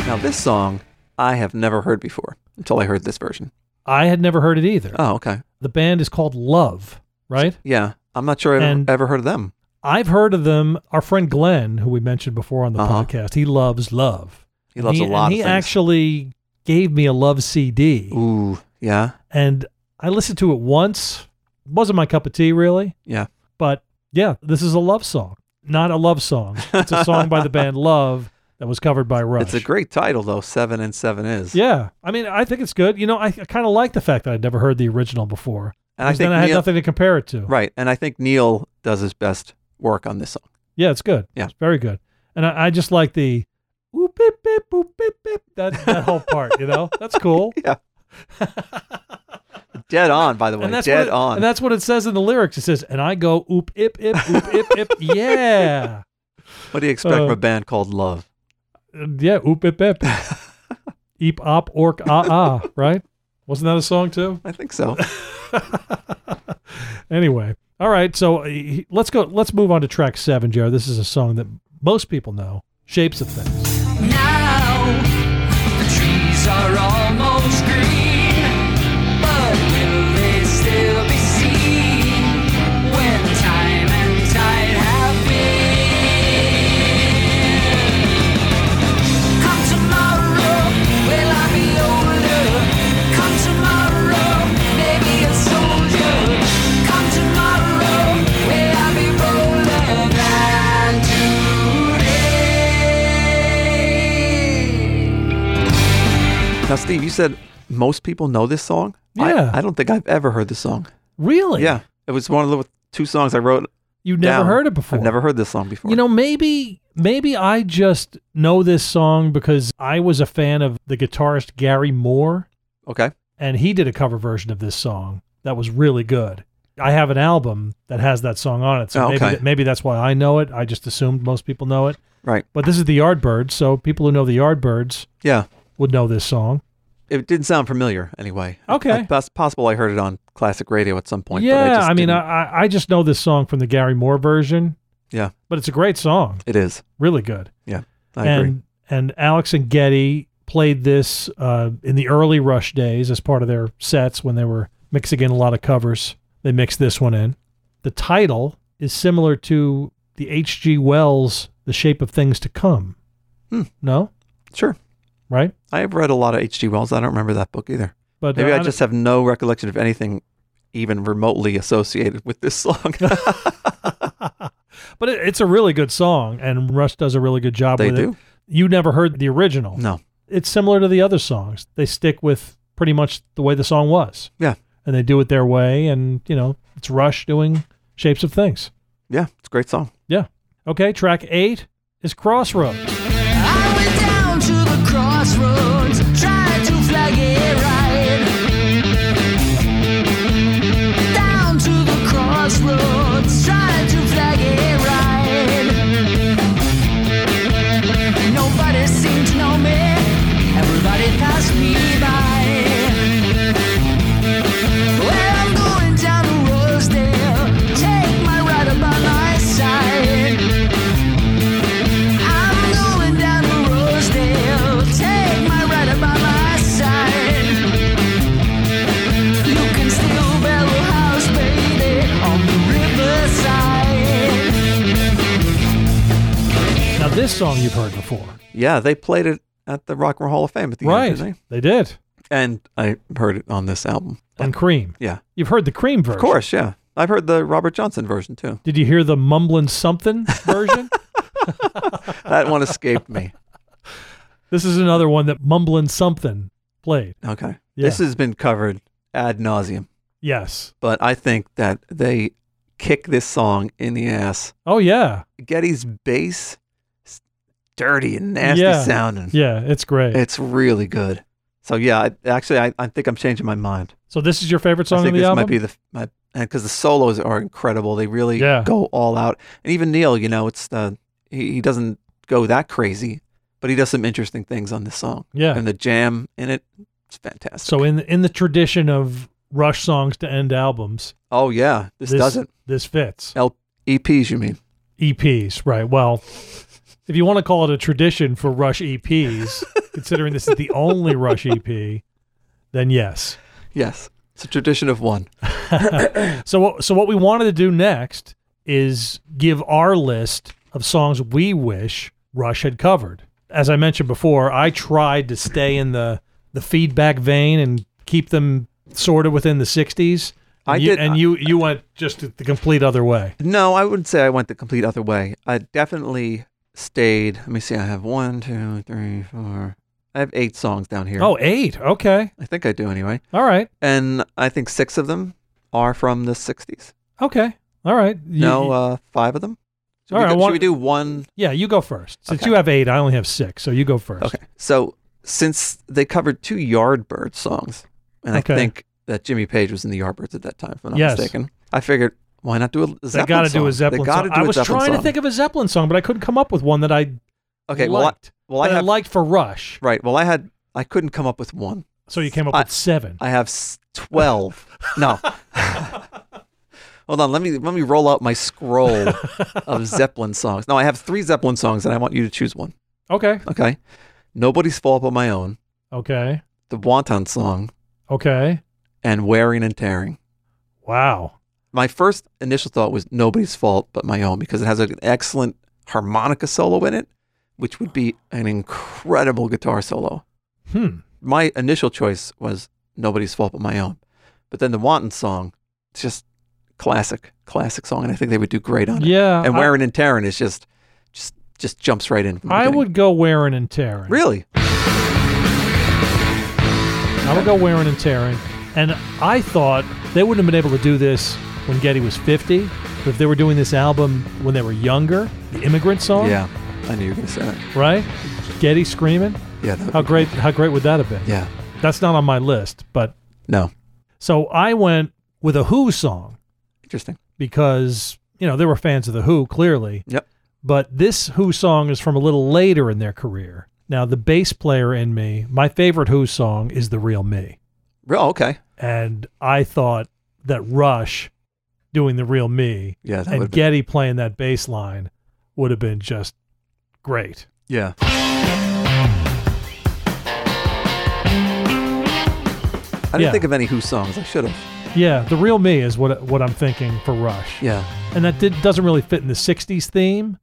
Speaker 3: Yeah.
Speaker 2: Now this song I have never heard before until I heard this version.
Speaker 1: I had never heard it either.
Speaker 2: Oh, okay.
Speaker 1: the band is called Love, right?
Speaker 2: Yeah, I'm not sure I've
Speaker 1: And-
Speaker 2: ever heard of them.
Speaker 1: I've heard of them. Our friend Glenn, who we mentioned before on the
Speaker 2: Uh-huh.
Speaker 1: podcast, he loves love.
Speaker 2: He loves
Speaker 1: and
Speaker 2: a lot.
Speaker 1: and
Speaker 2: of
Speaker 1: he
Speaker 2: things.
Speaker 1: actually gave me a love CD,
Speaker 2: Ooh, yeah,
Speaker 1: and I listened to it once. wasn't my cup of tea, really,
Speaker 2: yeah.
Speaker 1: but yeah, this is a love song, not a love song. It's a song
Speaker 2: (laughs)
Speaker 1: by the band Love that was covered by Rush.
Speaker 2: It's a great title though. Seven and seven is.
Speaker 1: Yeah, I mean, I think it's good. You know, I, I kind of like the fact that I'd never heard the original before,
Speaker 2: and I
Speaker 1: 'cause
Speaker 2: think
Speaker 1: then I had
Speaker 2: Neil,
Speaker 1: nothing to compare it to.
Speaker 2: right. And I think Neil does his best work on this song.
Speaker 1: Yeah, it's good.
Speaker 2: Yeah.
Speaker 1: It's very good. And I, I just like the oop beep beep oop beep beep that, that whole part, you know? That's cool.
Speaker 2: Yeah. Dead on, by the way.
Speaker 1: And that's
Speaker 2: Dead
Speaker 1: what it,
Speaker 2: on.
Speaker 1: And that's what it says in the lyrics. It says, and I go oop ip ip oop ip
Speaker 2: (laughs)
Speaker 1: ip. Yeah.
Speaker 2: what do you expect from
Speaker 1: uh,
Speaker 2: a band called Love?
Speaker 1: Uh, Yeah, oop ip ip. Eep op ork ah ah, right? Wasn't that a song too?
Speaker 2: I
Speaker 1: (laughs)
Speaker 2: think so.
Speaker 1: Anyway. All right, so uh, he- let's go let's move on to track 7, Jared. This is a song that most people know. Shapes of Things.
Speaker 3: Now the trees are almost green, but will they still be seen when time and tide have been? Come tomorrow, will I be older? Come tomorrow, maybe a soldier. Come tomorrow, will I be bolder than today?
Speaker 2: now, Steve, you said most people know this song. I-
Speaker 1: Yeah.
Speaker 2: I, don't think I've ever heard this song.
Speaker 1: Really?
Speaker 2: Yeah, it was one of the two songs I wrote
Speaker 1: You've never
Speaker 2: down.
Speaker 1: heard it before.
Speaker 2: I've never heard this song before.
Speaker 1: You know, maybe maybe I just know this song because I was a fan of the guitarist Gary Moore
Speaker 2: okay.
Speaker 1: and he did a cover version of this song that was really good. I have an album that has that song on it, so
Speaker 2: Oh,
Speaker 1: maybe
Speaker 2: okay.
Speaker 1: th- maybe that's why I know it. I just assumed most people know it.
Speaker 2: Right.
Speaker 1: But this is the Yardbirds, so people who know the Yardbirds
Speaker 2: Yeah.
Speaker 1: would know this song.
Speaker 2: It didn't sound familiar anyway.
Speaker 1: Okay.
Speaker 2: It's poss- possible I heard it on classic radio at some point. but I,
Speaker 1: yeah,
Speaker 2: just
Speaker 1: I, mean, I
Speaker 2: didn't-
Speaker 1: I I just know this song from the Gary Moore version.
Speaker 2: Yeah.
Speaker 1: but it's a great song,
Speaker 2: it is.
Speaker 1: really good.
Speaker 2: I
Speaker 1: and
Speaker 2: agree.
Speaker 1: and Alex and Getty played this uh, in the early Rush days as part of their sets when they were mixing in a lot of covers. They mixed this one in. The title is similar to the H.G. Wells "The Shape of Things to Come."
Speaker 2: Hmm.
Speaker 1: No,
Speaker 2: Sure.
Speaker 1: right?
Speaker 2: I have read a lot of H.G. Wells. I don't remember that book either.
Speaker 1: But
Speaker 2: Maybe
Speaker 1: uh,
Speaker 2: I just have no recollection of anything even remotely associated with
Speaker 1: (laughs)
Speaker 2: this (laughs) song.
Speaker 1: but it, it's a really good song, and Rush does a really good job
Speaker 2: they
Speaker 1: with it.
Speaker 2: do?
Speaker 1: You never heard the original.
Speaker 2: No.
Speaker 1: it's similar to the other songs. They stick with pretty much the way the song was.
Speaker 2: Yeah.
Speaker 1: And they do it their way and, you know, it's Rush doing Shapes of Things.
Speaker 2: Yeah, it's a great song.
Speaker 1: Yeah. Okay, track 8 is Crossroads.
Speaker 3: I went down to the crossroads, tried to flag it right. Down to the crossroads, tried to flag it right. Nobody seemed to know me, everybody passed me by. Well, I'm going down to Rosedale, take my rider by my side. I'm going down to Rosedale. Take my rider by my side. You can still barrel house, baby, on the riverside.
Speaker 1: Now this song you've heard before.
Speaker 2: Yeah, they played it at the Rock and Roll Hall of Fame at the
Speaker 1: right.
Speaker 2: end, didn't they?
Speaker 1: They did.
Speaker 2: And I heard it on this album.
Speaker 1: And Cream.
Speaker 2: Yeah.
Speaker 1: You've heard the Cream version.
Speaker 2: Of course, yeah. I've heard the Robert Johnson version too.
Speaker 1: Did you hear the Mumblin'
Speaker 2: (laughs)
Speaker 1: Something version?
Speaker 2: That one escaped
Speaker 1: (laughs)
Speaker 2: me.
Speaker 1: this is another one that Mumblin' Something played.
Speaker 2: Okay.
Speaker 1: Yeah.
Speaker 2: This has been covered ad nauseum,
Speaker 1: Yes.
Speaker 2: but I think that they kick this song in the ass.
Speaker 1: Oh yeah.
Speaker 2: Getty's bass, is dirty and nasty
Speaker 1: Yeah.
Speaker 2: sounding.
Speaker 1: Yeah, it's great.
Speaker 2: It's really good. So yeah, I, actually, I, I think I'm changing my mind.
Speaker 1: so this is your favorite
Speaker 2: I
Speaker 1: song
Speaker 2: think
Speaker 1: of the
Speaker 2: this
Speaker 1: album?
Speaker 2: might be the my because the solos are incredible. They really
Speaker 1: Yeah.
Speaker 2: go all out. And even Neil, you know, it's the he, he doesn't go that crazy, but he does some interesting things on this song.
Speaker 1: yeah.
Speaker 2: And the jam in it, it's fantastic.
Speaker 1: So in in the tradition of Rush songs to end albums,
Speaker 2: oh yeah, this, doesn't
Speaker 1: This fits
Speaker 2: L- EPs. You mean?
Speaker 1: EPs, right? Well, if you want to call it a tradition for Rush EPs, considering this is the only Rush EP, then yes.
Speaker 2: Yes, it's a tradition of one.
Speaker 1: So what- so what we wanted to do next is give our list of songs we wish Rush had covered. As I mentioned before, I tried to stay in the the feedback vein and keep them sort of within the 60s.
Speaker 2: I
Speaker 1: And you,
Speaker 2: did-
Speaker 1: and you you went just the complete other way.
Speaker 2: No, I wouldn't say I went the complete other way. I definitely stayed. Let me see. I have one, two, three, four. I have eight songs down here.
Speaker 1: Oh, eight. Okay.
Speaker 2: I think I do anyway.
Speaker 1: All right.
Speaker 2: And I think six of them are from the 60s.
Speaker 1: Okay. All right. You-
Speaker 2: no, uh, five of them. Should,
Speaker 1: All
Speaker 2: we,
Speaker 1: right,
Speaker 2: go-
Speaker 1: one-
Speaker 2: should we do one?
Speaker 1: yeah, you go first. Since
Speaker 2: Okay.
Speaker 1: you have eight, I only have six, so you go first.
Speaker 2: Okay. So since they covered two Yardbird songs, and
Speaker 1: Okay.
Speaker 2: I think that Jimmy Page was in the Yardbirds at that time, if I'm not
Speaker 1: Yes.
Speaker 2: mistaken, I figured why not do a
Speaker 1: They
Speaker 2: Zeppelin
Speaker 1: got to do
Speaker 2: song?
Speaker 1: a Zeppelin
Speaker 2: They got
Speaker 1: song.
Speaker 2: to do
Speaker 1: I
Speaker 2: a
Speaker 1: was
Speaker 2: Zeppelin
Speaker 1: trying
Speaker 2: song.
Speaker 1: to think of a Zeppelin song, but I couldn't come up with one that I
Speaker 2: Okay, well, I,
Speaker 1: liked.
Speaker 2: well, I
Speaker 1: that I
Speaker 2: have
Speaker 1: liked for Rush.
Speaker 2: right. Well, I had I couldn't come up with one.
Speaker 1: So you came up
Speaker 2: I-
Speaker 1: with seven.
Speaker 2: I have s- twelve. no. (laughs) Hold on, let me let me roll out my scroll of
Speaker 1: (laughs)
Speaker 2: Zeppelin songs. No, I have three Zeppelin songs, and I want you to choose one.
Speaker 1: okay.
Speaker 2: Okay, nobody's fault but my own,
Speaker 1: Okay.
Speaker 2: the Wanton song,
Speaker 1: Okay.
Speaker 2: and Wearing and Tearing.
Speaker 1: Wow.
Speaker 2: My first initial thought was nobody's fault but my own because it has an excellent harmonica solo in it, which would be an incredible guitar solo.
Speaker 1: Hmm.
Speaker 2: my initial choice was nobody's fault but my own but then the wanton song it's just classic classic song and i think they would do great on it
Speaker 1: Yeah.
Speaker 2: and
Speaker 1: I-
Speaker 2: wearing and tearing is just just just jumps right in from the
Speaker 1: I,
Speaker 2: beginning.
Speaker 1: would go wearing and tearing.
Speaker 2: really
Speaker 1: I would go wearing and tearing. And I thought they wouldn't have been able to do this when Getty was 50. But if they were doing this album when they were younger, the immigrant song,
Speaker 2: Yeah, I knew you were gonna say that.
Speaker 1: right? Getty screaming.
Speaker 2: Yeah. That would
Speaker 1: How
Speaker 2: be-
Speaker 1: great how great would that have been?
Speaker 2: Yeah.
Speaker 1: That's not on my list, but
Speaker 2: No.
Speaker 1: so I went with a Who song
Speaker 2: Interesting.
Speaker 1: because, you know, they were fans of the Who clearly.
Speaker 2: Yep.
Speaker 1: But this Who song is from a little later in their career. Now, the bass player in me, my favorite Who song is The Real Me.
Speaker 2: Re- Oh, okay.
Speaker 1: And I thought that Rush doing The Real Me
Speaker 2: Yeah. That
Speaker 1: and
Speaker 2: would. Be,
Speaker 1: Getty playing that bass line would have been just great.
Speaker 2: yeah. I didn't
Speaker 1: Yeah.
Speaker 2: think of any Who songs. I should have.
Speaker 1: Yeah, The Real Me is what what I'm thinking for Rush.
Speaker 2: Yeah.
Speaker 1: And that did, doesn't really fit in the 60s theme,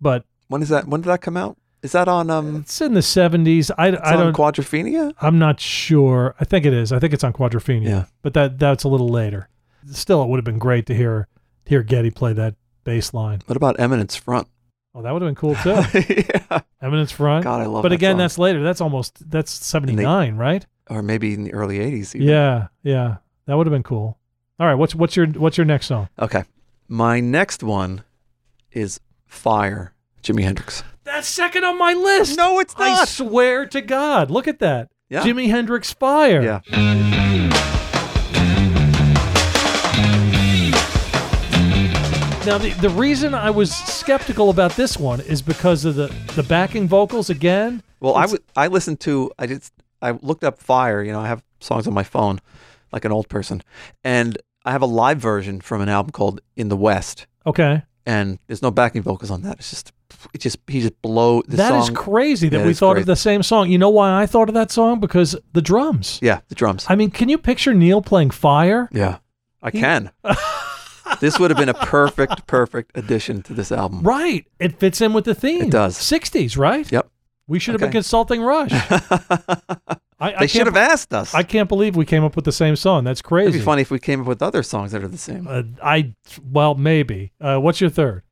Speaker 1: but
Speaker 2: When is that? When did that come out? Is that on um?
Speaker 1: it's in the 70s. I,
Speaker 2: It's
Speaker 1: I
Speaker 2: on
Speaker 1: don't
Speaker 2: Quadrophenia.
Speaker 1: I'm not sure. I think it is. I think it's on Quadrophenia.
Speaker 2: Yeah.
Speaker 1: But that that's a little later. Still, it would have been great to hear hear Getty play that bass line.
Speaker 2: What about Eminence Front?
Speaker 1: Oh, that would have been cool
Speaker 2: (laughs)
Speaker 1: too.
Speaker 2: yeah.
Speaker 1: Eminence Front.
Speaker 2: God, I love.
Speaker 1: but
Speaker 2: that
Speaker 1: again,
Speaker 2: song.
Speaker 1: that's later. That's almost that's 79, right?
Speaker 2: or maybe in the early '80s. Even.
Speaker 1: Yeah. Yeah. That would have been cool. All right, what's what's your what's your next song?
Speaker 2: Okay. My next one is Fire, Jimi Hendrix.
Speaker 1: That's second on my list.
Speaker 2: No, it's
Speaker 1: I swear to God. Look at that.
Speaker 2: Yeah.
Speaker 1: Jimi Hendrix Fire.
Speaker 2: yeah.
Speaker 1: Now, the, the reason I was skeptical about this one is because of the, the backing vocals again.
Speaker 2: Well, I
Speaker 1: It's-
Speaker 2: w- I listened to I did I looked up Fire. You know, I have songs on my phone, like an old person, and I have a live version from an album called In the West,
Speaker 1: Okay.
Speaker 2: and there's no backing vocals on that. It's just it just he just blow the
Speaker 1: That
Speaker 2: song.
Speaker 1: is crazy that
Speaker 2: Yeah,
Speaker 1: we
Speaker 2: it's
Speaker 1: thought
Speaker 2: great.
Speaker 1: of the same song. You know why I thought of that song? Because the drums.
Speaker 2: yeah, the drums.
Speaker 1: I mean, can you picture Neil playing Fire?
Speaker 2: yeah,
Speaker 1: (laughs)
Speaker 2: I can. this would have been a perfect perfect addition to this album.
Speaker 1: Right. It fits in with the theme.
Speaker 2: It does.
Speaker 1: 60s, right?
Speaker 2: Yep.
Speaker 1: We should have been
Speaker 2: Okay.
Speaker 1: consulting
Speaker 2: (laughs)
Speaker 1: Rush. I, I
Speaker 2: They
Speaker 1: can't
Speaker 2: should have
Speaker 1: be-
Speaker 2: asked us.
Speaker 1: I can't believe we came up with the same song. That's crazy.
Speaker 2: It'd be funny if we came up with other songs that are the same.
Speaker 1: Uh, I, well, maybe. Uh, what's your third?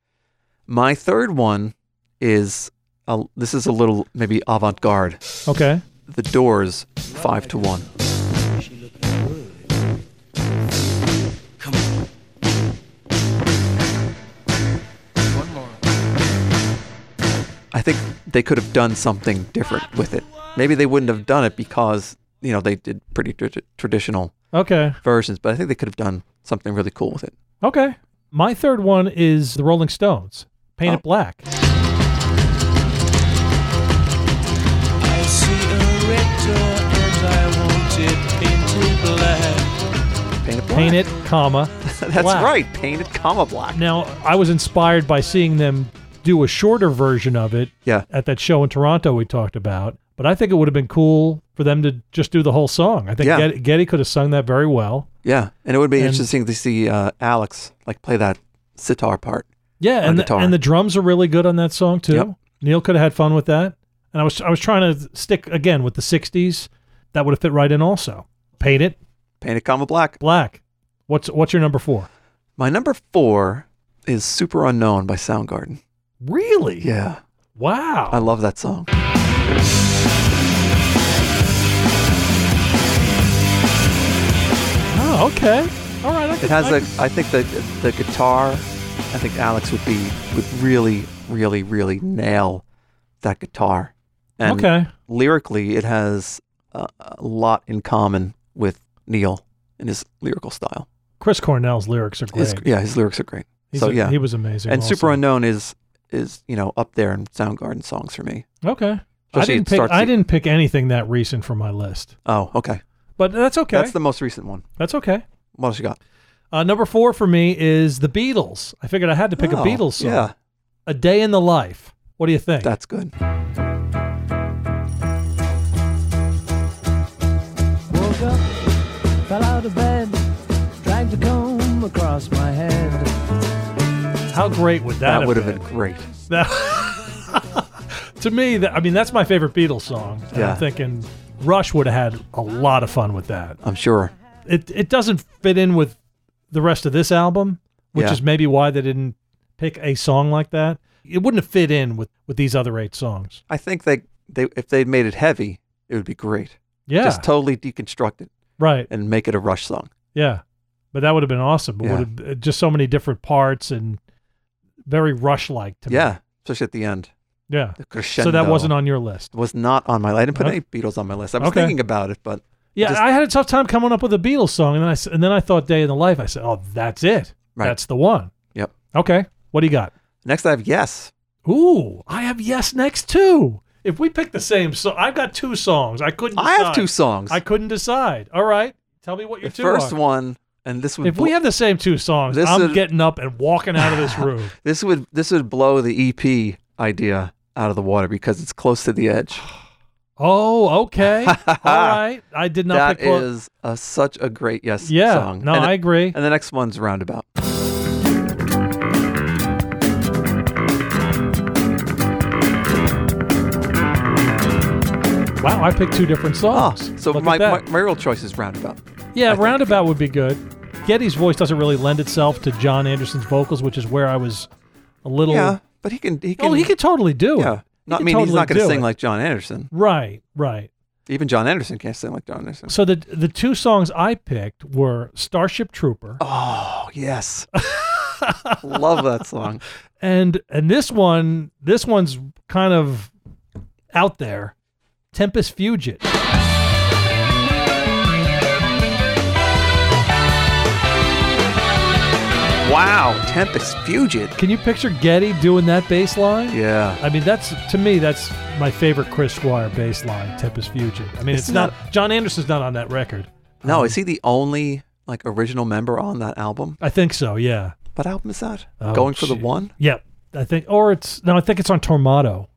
Speaker 2: My third one is a, this is a little maybe avant-garde.
Speaker 1: Okay.
Speaker 2: The Doors, five to one. I think they could have done something different with it. Maybe they wouldn't have done it because you know they did pretty tr- traditional
Speaker 1: Okay.
Speaker 2: versions, but I think they could have done something really cool with it.
Speaker 1: Okay. My third one is the Rolling Stones. Paint
Speaker 2: Oh.
Speaker 1: it black.
Speaker 4: I see a red door and I want it painted black.
Speaker 2: Paint it black.
Speaker 1: Paint it,
Speaker 2: (laughs)
Speaker 1: comma.
Speaker 2: That's
Speaker 1: black.
Speaker 2: right. Paint it, comma black.
Speaker 1: Now, I was inspired by seeing them do a shorter version of it
Speaker 2: Yeah.
Speaker 1: at that show in Toronto we talked about, but I think it would have been cool for them to just do the whole song. I think
Speaker 2: Yeah.
Speaker 1: Getty, Getty could have sung that very well.
Speaker 2: Yeah, and it would be
Speaker 1: And-
Speaker 2: interesting to see uh, Alex like play that sitar part.
Speaker 1: Yeah,
Speaker 2: On
Speaker 1: and the,
Speaker 2: guitar.
Speaker 1: and the drums are really good on that song too.
Speaker 2: Yep.
Speaker 1: Neil could have had fun with that. And I was I was trying to stick again with the 60s. That would have fit right in also. Paint it
Speaker 2: Painted comma black.
Speaker 1: black. What's what's your number 4?
Speaker 2: My number four is Super Unknown by Soundgarden.
Speaker 1: Really?
Speaker 2: Yeah,
Speaker 1: Wow.
Speaker 2: I love that song.
Speaker 1: Oh, okay. All right. I
Speaker 2: It
Speaker 1: can-
Speaker 2: has
Speaker 1: I
Speaker 2: a.
Speaker 1: can-
Speaker 2: I think the the guitar. I think Alex would be would really really really nail that guitar. And
Speaker 1: okay.
Speaker 2: lyrically, it has a, a lot in common with Neil in his lyrical style.
Speaker 1: Chris Cornell's lyrics are great.
Speaker 2: His, yeah, his lyrics are great.
Speaker 1: He's
Speaker 2: so
Speaker 1: a-
Speaker 2: yeah,
Speaker 1: he was amazing.
Speaker 2: and
Speaker 1: also.
Speaker 2: Super Unknown is is you know up there in Soundgarden songs for me.
Speaker 1: Okay. I
Speaker 2: Especially
Speaker 1: didn't
Speaker 2: it
Speaker 1: pick.
Speaker 2: starts
Speaker 1: I
Speaker 2: the-
Speaker 1: didn't pick anything that recent for my list,
Speaker 2: Oh, okay.
Speaker 1: but that's okay.
Speaker 2: That's the most recent one.
Speaker 1: That's okay.
Speaker 2: What else you got?
Speaker 1: Uh, number four for me is the Beatles. I figured I had to pick
Speaker 2: Oh,
Speaker 1: a Beatles song.
Speaker 2: Yeah,
Speaker 1: A Day in the Life. What do you think?
Speaker 2: that's good.
Speaker 5: Woke up, fell out of bed, dragged a comb across my head.
Speaker 1: How great would that?
Speaker 2: That would have
Speaker 1: been?
Speaker 2: been great.
Speaker 1: That- to me, that, I mean, that's my favorite Beatles song. And
Speaker 2: Yeah.
Speaker 1: I'm thinking Rush would have had a lot of fun with that.
Speaker 2: I'm sure.
Speaker 1: it it doesn't fit in with the rest of this album, which
Speaker 2: Yeah.
Speaker 1: is maybe why they didn't pick a song like that. It wouldn't have fit in with with these other eight songs.
Speaker 2: I think they they if they made it heavy, it would be great.
Speaker 1: Yeah,
Speaker 2: Just totally deconstruct it
Speaker 1: right.
Speaker 2: and make it a Rush song.
Speaker 1: Yeah, But that would have been awesome. It
Speaker 2: Yeah.
Speaker 1: would have uh, just so many different parts and very rush like to me.
Speaker 2: Yeah, especially at the end.
Speaker 1: Yeah.
Speaker 2: The
Speaker 1: Yeah.
Speaker 2: crescendo.
Speaker 1: Mm-hmm. So that wasn't on your list.
Speaker 2: was not on my. I didn't put
Speaker 1: Okay.
Speaker 2: any Beatles on my list. I was
Speaker 1: Okay.
Speaker 2: thinking about it, but
Speaker 1: Yeah,
Speaker 2: Just-
Speaker 1: I had a tough time coming up with a Beatles song, and then I s- and then I thought "Day in the Life." I said, "Oh, that's it.
Speaker 2: Right.
Speaker 1: That's the one."
Speaker 2: Yep.
Speaker 1: Okay. What do you got?
Speaker 2: next I have Yes.
Speaker 1: Ooh, I have yes next too. If we pick the same song, I've got two songs. I couldn't.
Speaker 2: I have
Speaker 1: decide.
Speaker 2: two songs.
Speaker 1: I couldn't decide. All right, tell me what your
Speaker 2: the
Speaker 1: two
Speaker 2: first
Speaker 1: are.
Speaker 2: one, and this would
Speaker 1: if we
Speaker 2: bl-
Speaker 1: have the same two songs,
Speaker 2: This
Speaker 1: I'm
Speaker 2: is-
Speaker 1: getting up and walking out of
Speaker 2: (laughs)
Speaker 1: this room.
Speaker 2: this would this would blow the EP idea out of the water because it's close to the edge.
Speaker 1: Oh,
Speaker 2: (laughs)
Speaker 1: okay. All right. I did not
Speaker 2: That
Speaker 1: pick clo-
Speaker 2: is a, such a great Yes
Speaker 1: Yeah.
Speaker 2: song.
Speaker 1: No,
Speaker 2: and,
Speaker 1: I agree.
Speaker 2: And the next one's Roundabout.
Speaker 1: Wow, I picked two different
Speaker 2: Ah,
Speaker 1: songs.
Speaker 2: so
Speaker 1: Look at
Speaker 2: my, my
Speaker 1: that.
Speaker 2: my real choice is Roundabout.
Speaker 1: yeah,
Speaker 2: think-
Speaker 1: roundabout would be good. Getty's voice doesn't really lend itself to John Anderson's vocals, which is where I was a little.
Speaker 2: Yeah, but he can he can
Speaker 1: oh, he could totally do it.
Speaker 2: yeah.
Speaker 1: He
Speaker 2: Not I
Speaker 1: could
Speaker 2: mean he's
Speaker 1: totally
Speaker 2: not going to
Speaker 1: do
Speaker 2: sing
Speaker 1: it.
Speaker 2: like John Anderson.
Speaker 1: Right, right.
Speaker 2: Even John Anderson can't sing like John Anderson.
Speaker 1: So the the two songs I picked were Starship Trooper
Speaker 2: Oh yes, (laughs) love that song.
Speaker 1: and and this one this one's kind of out there. Tempest Fugit.
Speaker 2: Wow, Tempest Fugit.
Speaker 1: Can you picture Getty doing that bass line?
Speaker 2: Yeah,
Speaker 1: I mean, that's to me, that's my favorite Chris Squire bass line, Tempest Fugit. I mean, it's,
Speaker 2: It's
Speaker 1: not, John Anderson's not on that record.
Speaker 2: no, is he the only like original member on that album?
Speaker 1: I think so. Yeah.
Speaker 2: What album is that?
Speaker 1: Oh,
Speaker 2: Going for the
Speaker 1: gee.
Speaker 2: one?
Speaker 1: Yep. I think, or it's no, I think it's on Tornado.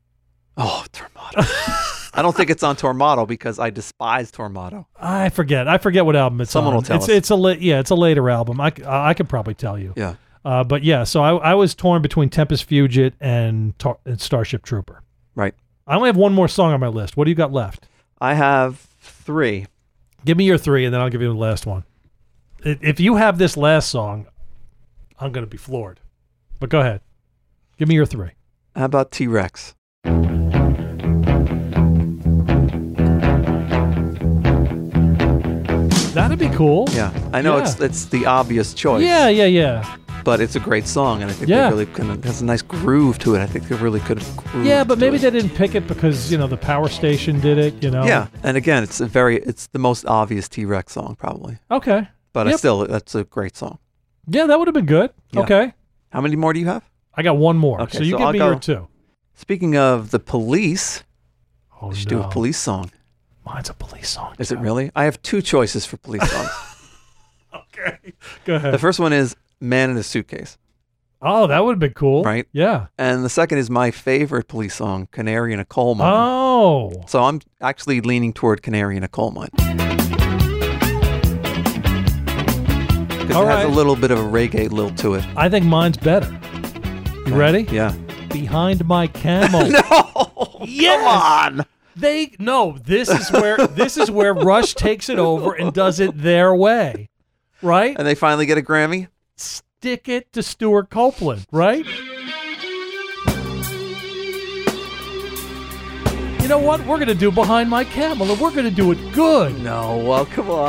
Speaker 2: Oh, Tormato. I don't think it's on Tormato because I despise Tormato.
Speaker 1: I forget. I forget what album it's
Speaker 2: Someone
Speaker 1: on.
Speaker 2: will tell
Speaker 1: it's,
Speaker 2: us.
Speaker 1: It's a la- yeah, it's a later album. I, c- I I could probably tell you.
Speaker 2: Yeah,
Speaker 1: Uh, but yeah, so I, I was torn between Tempest Fugit and, Tar- and Starship Trooper.
Speaker 2: right.
Speaker 1: I only have one more song on my list. What do you got left?
Speaker 2: I have three.
Speaker 1: Give me your three, and then I'll give you the last one. I- If you have this last song, I'm going to be floored. But go ahead. Give me your three.
Speaker 2: How about T Rex?
Speaker 1: That'd be cool.
Speaker 2: Yeah, I know
Speaker 1: Yeah.
Speaker 2: it's it's the obvious choice.
Speaker 1: Yeah, yeah, yeah.
Speaker 2: but it's a great song, and I think
Speaker 1: Yeah.
Speaker 2: they really can, has a nice groove to it. I think they really could. have grooved
Speaker 1: Yeah, but
Speaker 2: to
Speaker 1: maybe
Speaker 2: it.
Speaker 1: they didn't pick it because, you know, the power station did it, you know?
Speaker 2: Yeah, and again, it's a very it's the most obvious T Rex song probably,
Speaker 1: Okay.
Speaker 2: but I
Speaker 1: Yep.
Speaker 2: still that's a great song.
Speaker 1: Yeah, that would have been good.
Speaker 2: Yeah.
Speaker 1: Okay.
Speaker 2: How many more do you have?
Speaker 1: I got one more.
Speaker 2: Okay,
Speaker 1: so you
Speaker 2: so
Speaker 1: give
Speaker 2: I'll
Speaker 1: me
Speaker 2: go-
Speaker 1: your two.
Speaker 2: Speaking of the police,
Speaker 1: Oh,
Speaker 2: we
Speaker 1: no.
Speaker 2: should do a police song.
Speaker 1: Mine's a police song.
Speaker 2: Is it
Speaker 1: Joe.
Speaker 2: really? I have two choices
Speaker 1: (laughs)
Speaker 2: for police songs.
Speaker 1: Okay. Go
Speaker 2: the
Speaker 1: ahead.
Speaker 2: first one is "Man in a Suitcase,"
Speaker 1: Oh, that would have been cool.
Speaker 2: Right?
Speaker 1: Yeah.
Speaker 2: and the second is my favorite police song, "Canary in a Coal Mine."
Speaker 1: Oh.
Speaker 2: So I'm actually leaning toward "Canary in a Coal Mine." Because it
Speaker 1: All
Speaker 2: has a
Speaker 1: right.
Speaker 2: little bit of a reggae lilt to it.
Speaker 1: I think mine's better. You ready? (laughs)
Speaker 2: Yeah.
Speaker 1: Behind my camel.
Speaker 2: (laughs) No.
Speaker 1: Yes!
Speaker 2: Come on.
Speaker 1: They no, this is where this is where Rush takes it over and does it their way. Right?
Speaker 2: And they finally get a Grammy.
Speaker 1: Stick it to Stuart Copeland, right? You know what? We're gonna do behind my camel and we're gonna do it good.
Speaker 2: No, well, come on.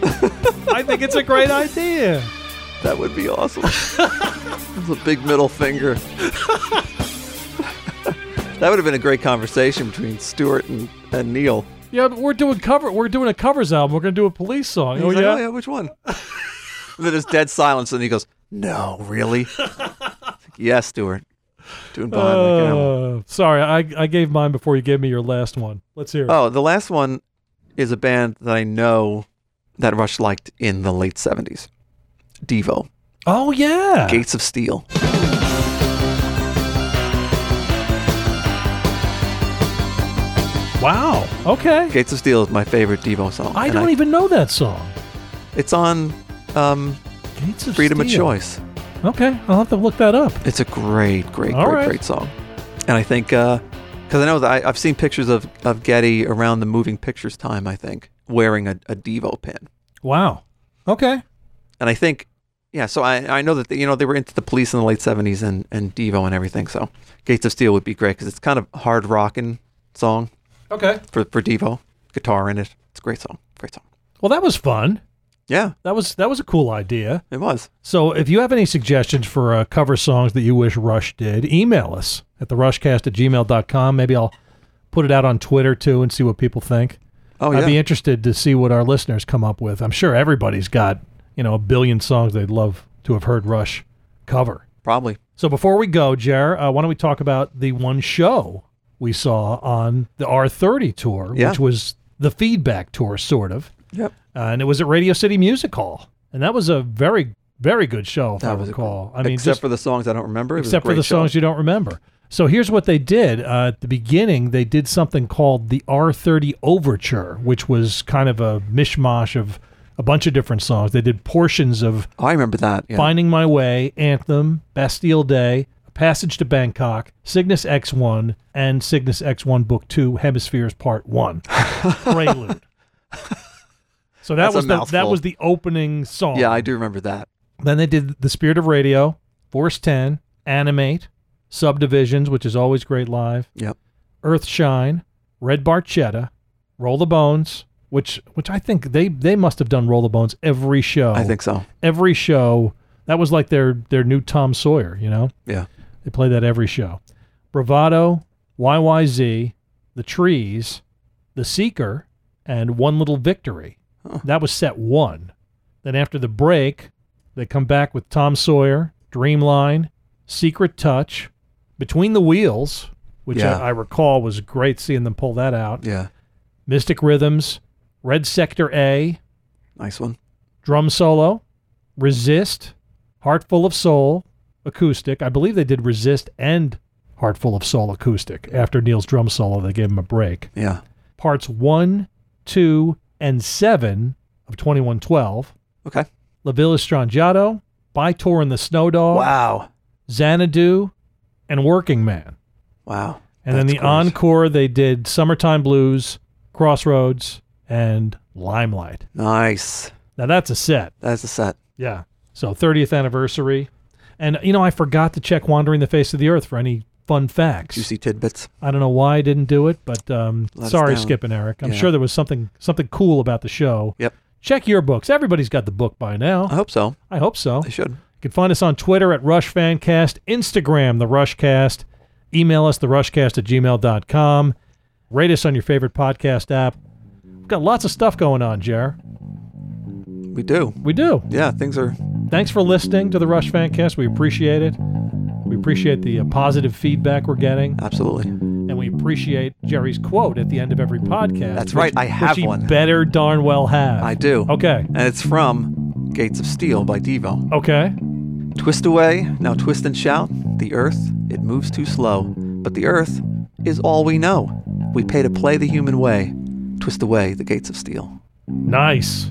Speaker 1: Come on. I think it's a great idea.
Speaker 2: That would
Speaker 1: (laughs)
Speaker 2: be awesome. That's a big middle finger. that would have been a great conversation between Stuart and, and Neil.
Speaker 1: Yeah, but we're doing cover we're doing a covers album. We're gonna do a police song.
Speaker 2: He's
Speaker 1: Oh
Speaker 2: like,
Speaker 1: yeah?
Speaker 2: oh, yeah, which one? (laughs) and then there's dead silence, and he goes, No, really? yes, Stuart. Doing behind my camera.
Speaker 1: Uh, sorry, I, I gave mine before you gave me your last one. Let's hear it.
Speaker 2: Oh, the last one is a band that I know that Rush liked in the late 70s Devo,
Speaker 1: Oh, yeah.
Speaker 2: Gates of Steel.
Speaker 1: Wow. Okay.
Speaker 2: Gates of Steel is my favorite Devo song.
Speaker 1: I
Speaker 2: and
Speaker 1: don't e- even know that song.
Speaker 2: It's on um,
Speaker 1: Gates of
Speaker 2: Freedom
Speaker 1: Steel.
Speaker 2: of Choice.
Speaker 1: Okay, I'll have to look that up.
Speaker 2: It's a great, great,
Speaker 1: All
Speaker 2: great,
Speaker 1: right.
Speaker 2: great song. And I think because I know that I, I've seen pictures of of Getty around the Moving Pictures time. I think wearing a, a Devo pin,
Speaker 1: Wow. Okay.
Speaker 2: and I think yeah. So I I know that they, you know they were into the Police in the late seventies and and Devo and everything. So Gates of Steel would be great because it's kind of hard rocking song
Speaker 1: Okay.
Speaker 2: for for Devo, guitar in it. It's a great song, great song.
Speaker 1: Well, that was fun.
Speaker 2: Yeah,
Speaker 1: That was that was a cool idea.
Speaker 2: it was.
Speaker 1: So if you have any suggestions for uh, cover songs that you wish Rush did, email us at therushcast at gmail.com. Maybe I'll put it out on Twitter too and see what people think.
Speaker 2: Oh
Speaker 1: I'd
Speaker 2: yeah.
Speaker 1: be interested to see what our listeners come up with. I'm sure everybody's got, you know, a billion songs they'd love to have heard Rush cover.
Speaker 2: Probably.
Speaker 1: So before we go, Jer, uh, why don't we talk about the one show we saw on the R30 tour,
Speaker 2: Yeah.
Speaker 1: which was the feedback tour, sort of.
Speaker 2: Yep.
Speaker 1: Uh, and it was at Radio City Music Hall. And that was a very, very good show, if I
Speaker 2: That was a
Speaker 1: recall. I
Speaker 2: except
Speaker 1: just-
Speaker 2: for the songs I don't remember. It was a
Speaker 1: except for
Speaker 2: great
Speaker 1: the
Speaker 2: show.
Speaker 1: songs you don't remember. So here's what they did. Uh, at the beginning, they did something called the R30 Overture, which was kind of a mishmash of a bunch of different songs. They did portions of
Speaker 2: Oh, I remember that. Yeah.
Speaker 1: Finding My Way, Anthem, Bastille Day, Passage to Bangkok, Cygnus X1, and Cygnus X1 Book 2, Hemispheres Part
Speaker 2: (laughs)
Speaker 1: 1. Prelude. So that
Speaker 2: That's a
Speaker 1: was the, that
Speaker 2: mouthful.
Speaker 1: was the opening song.
Speaker 2: Yeah, I do remember that.
Speaker 1: Then they did The Spirit of Radio, Force 10, Animate, Subdivisions, which is always great live,
Speaker 2: Yep.
Speaker 1: Earthshine, Red Barchetta, Roll the Bones, which which I think they they must have done Roll the Bones every show.
Speaker 2: I think so.
Speaker 1: every show. That was like their their new Tom Sawyer, you know?
Speaker 2: Yeah.
Speaker 1: They play that every show. Bravado, YYZ, The Trees, The Seeker, and One Little Victory.
Speaker 2: Huh.
Speaker 1: That was set one. Then after the break, they come back with Tom Sawyer, Dreamline, Secret Touch, Between the Wheels, which
Speaker 2: Yeah.
Speaker 1: I, I recall was great seeing them pull that out,
Speaker 2: Yeah.
Speaker 1: Mystic Rhythms, Red Sector A,
Speaker 2: Nice one.
Speaker 1: drum solo, resist, heart full of soul, acoustic. I believe they did resist and heart full of soul acoustic after Neil's drum solo. They gave him a break.
Speaker 2: Yeah.
Speaker 1: Parts one, two, and seven of 2112.
Speaker 2: Okay.
Speaker 1: La Villa Strangiato, By Tour and the Snow Dog,
Speaker 2: Wow.
Speaker 1: Xanadu, and Working Man.
Speaker 2: Wow.
Speaker 1: And then
Speaker 2: That's
Speaker 1: the
Speaker 2: cool.
Speaker 1: encore, they did Summertime Blues, Crossroads, and Limelight.
Speaker 2: Nice.
Speaker 1: Now that's a set.
Speaker 2: That's the set.
Speaker 1: Yeah. So 30th anniversary. And, you know, I forgot to check Wandering the Face of the Earth for any fun facts.
Speaker 2: Juicy tidbits.
Speaker 1: I don't know why I didn't do it, but um,
Speaker 2: Let us
Speaker 1: sorry,
Speaker 2: down.
Speaker 1: Skip and Eric. I'm
Speaker 2: Yeah.
Speaker 1: sure there was something something cool about the show.
Speaker 2: Yep.
Speaker 1: Check your books. Everybody's got the book by now.
Speaker 2: I hope so.
Speaker 1: I hope so.
Speaker 2: Uh-huh. They should.
Speaker 1: You can find us on Twitter at RushFanCast, Instagram, The Rushcast. Email us, TheRushcast at gmail.com. Rate us on your favorite podcast app. We've got lots of stuff going on, Jer.
Speaker 2: We do.
Speaker 1: We do.
Speaker 2: Yeah. Things are.
Speaker 1: Thanks for listening to the Rush Fancast. We appreciate it. We appreciate the uh, positive feedback we're getting,
Speaker 2: Absolutely.
Speaker 1: and we appreciate Jerry's quote at the end of every podcast.
Speaker 2: That's right, I have
Speaker 1: which he
Speaker 2: one.
Speaker 1: Better darn well have.
Speaker 2: I do.
Speaker 1: Okay.
Speaker 2: And it's from Gates of Steel by Devo.
Speaker 1: Okay.
Speaker 2: Twist away, now twist and shout. The earth, it moves too slow. But the earth is all we know. We pay to play the human way. Twist away the gates of steel.
Speaker 1: Nice.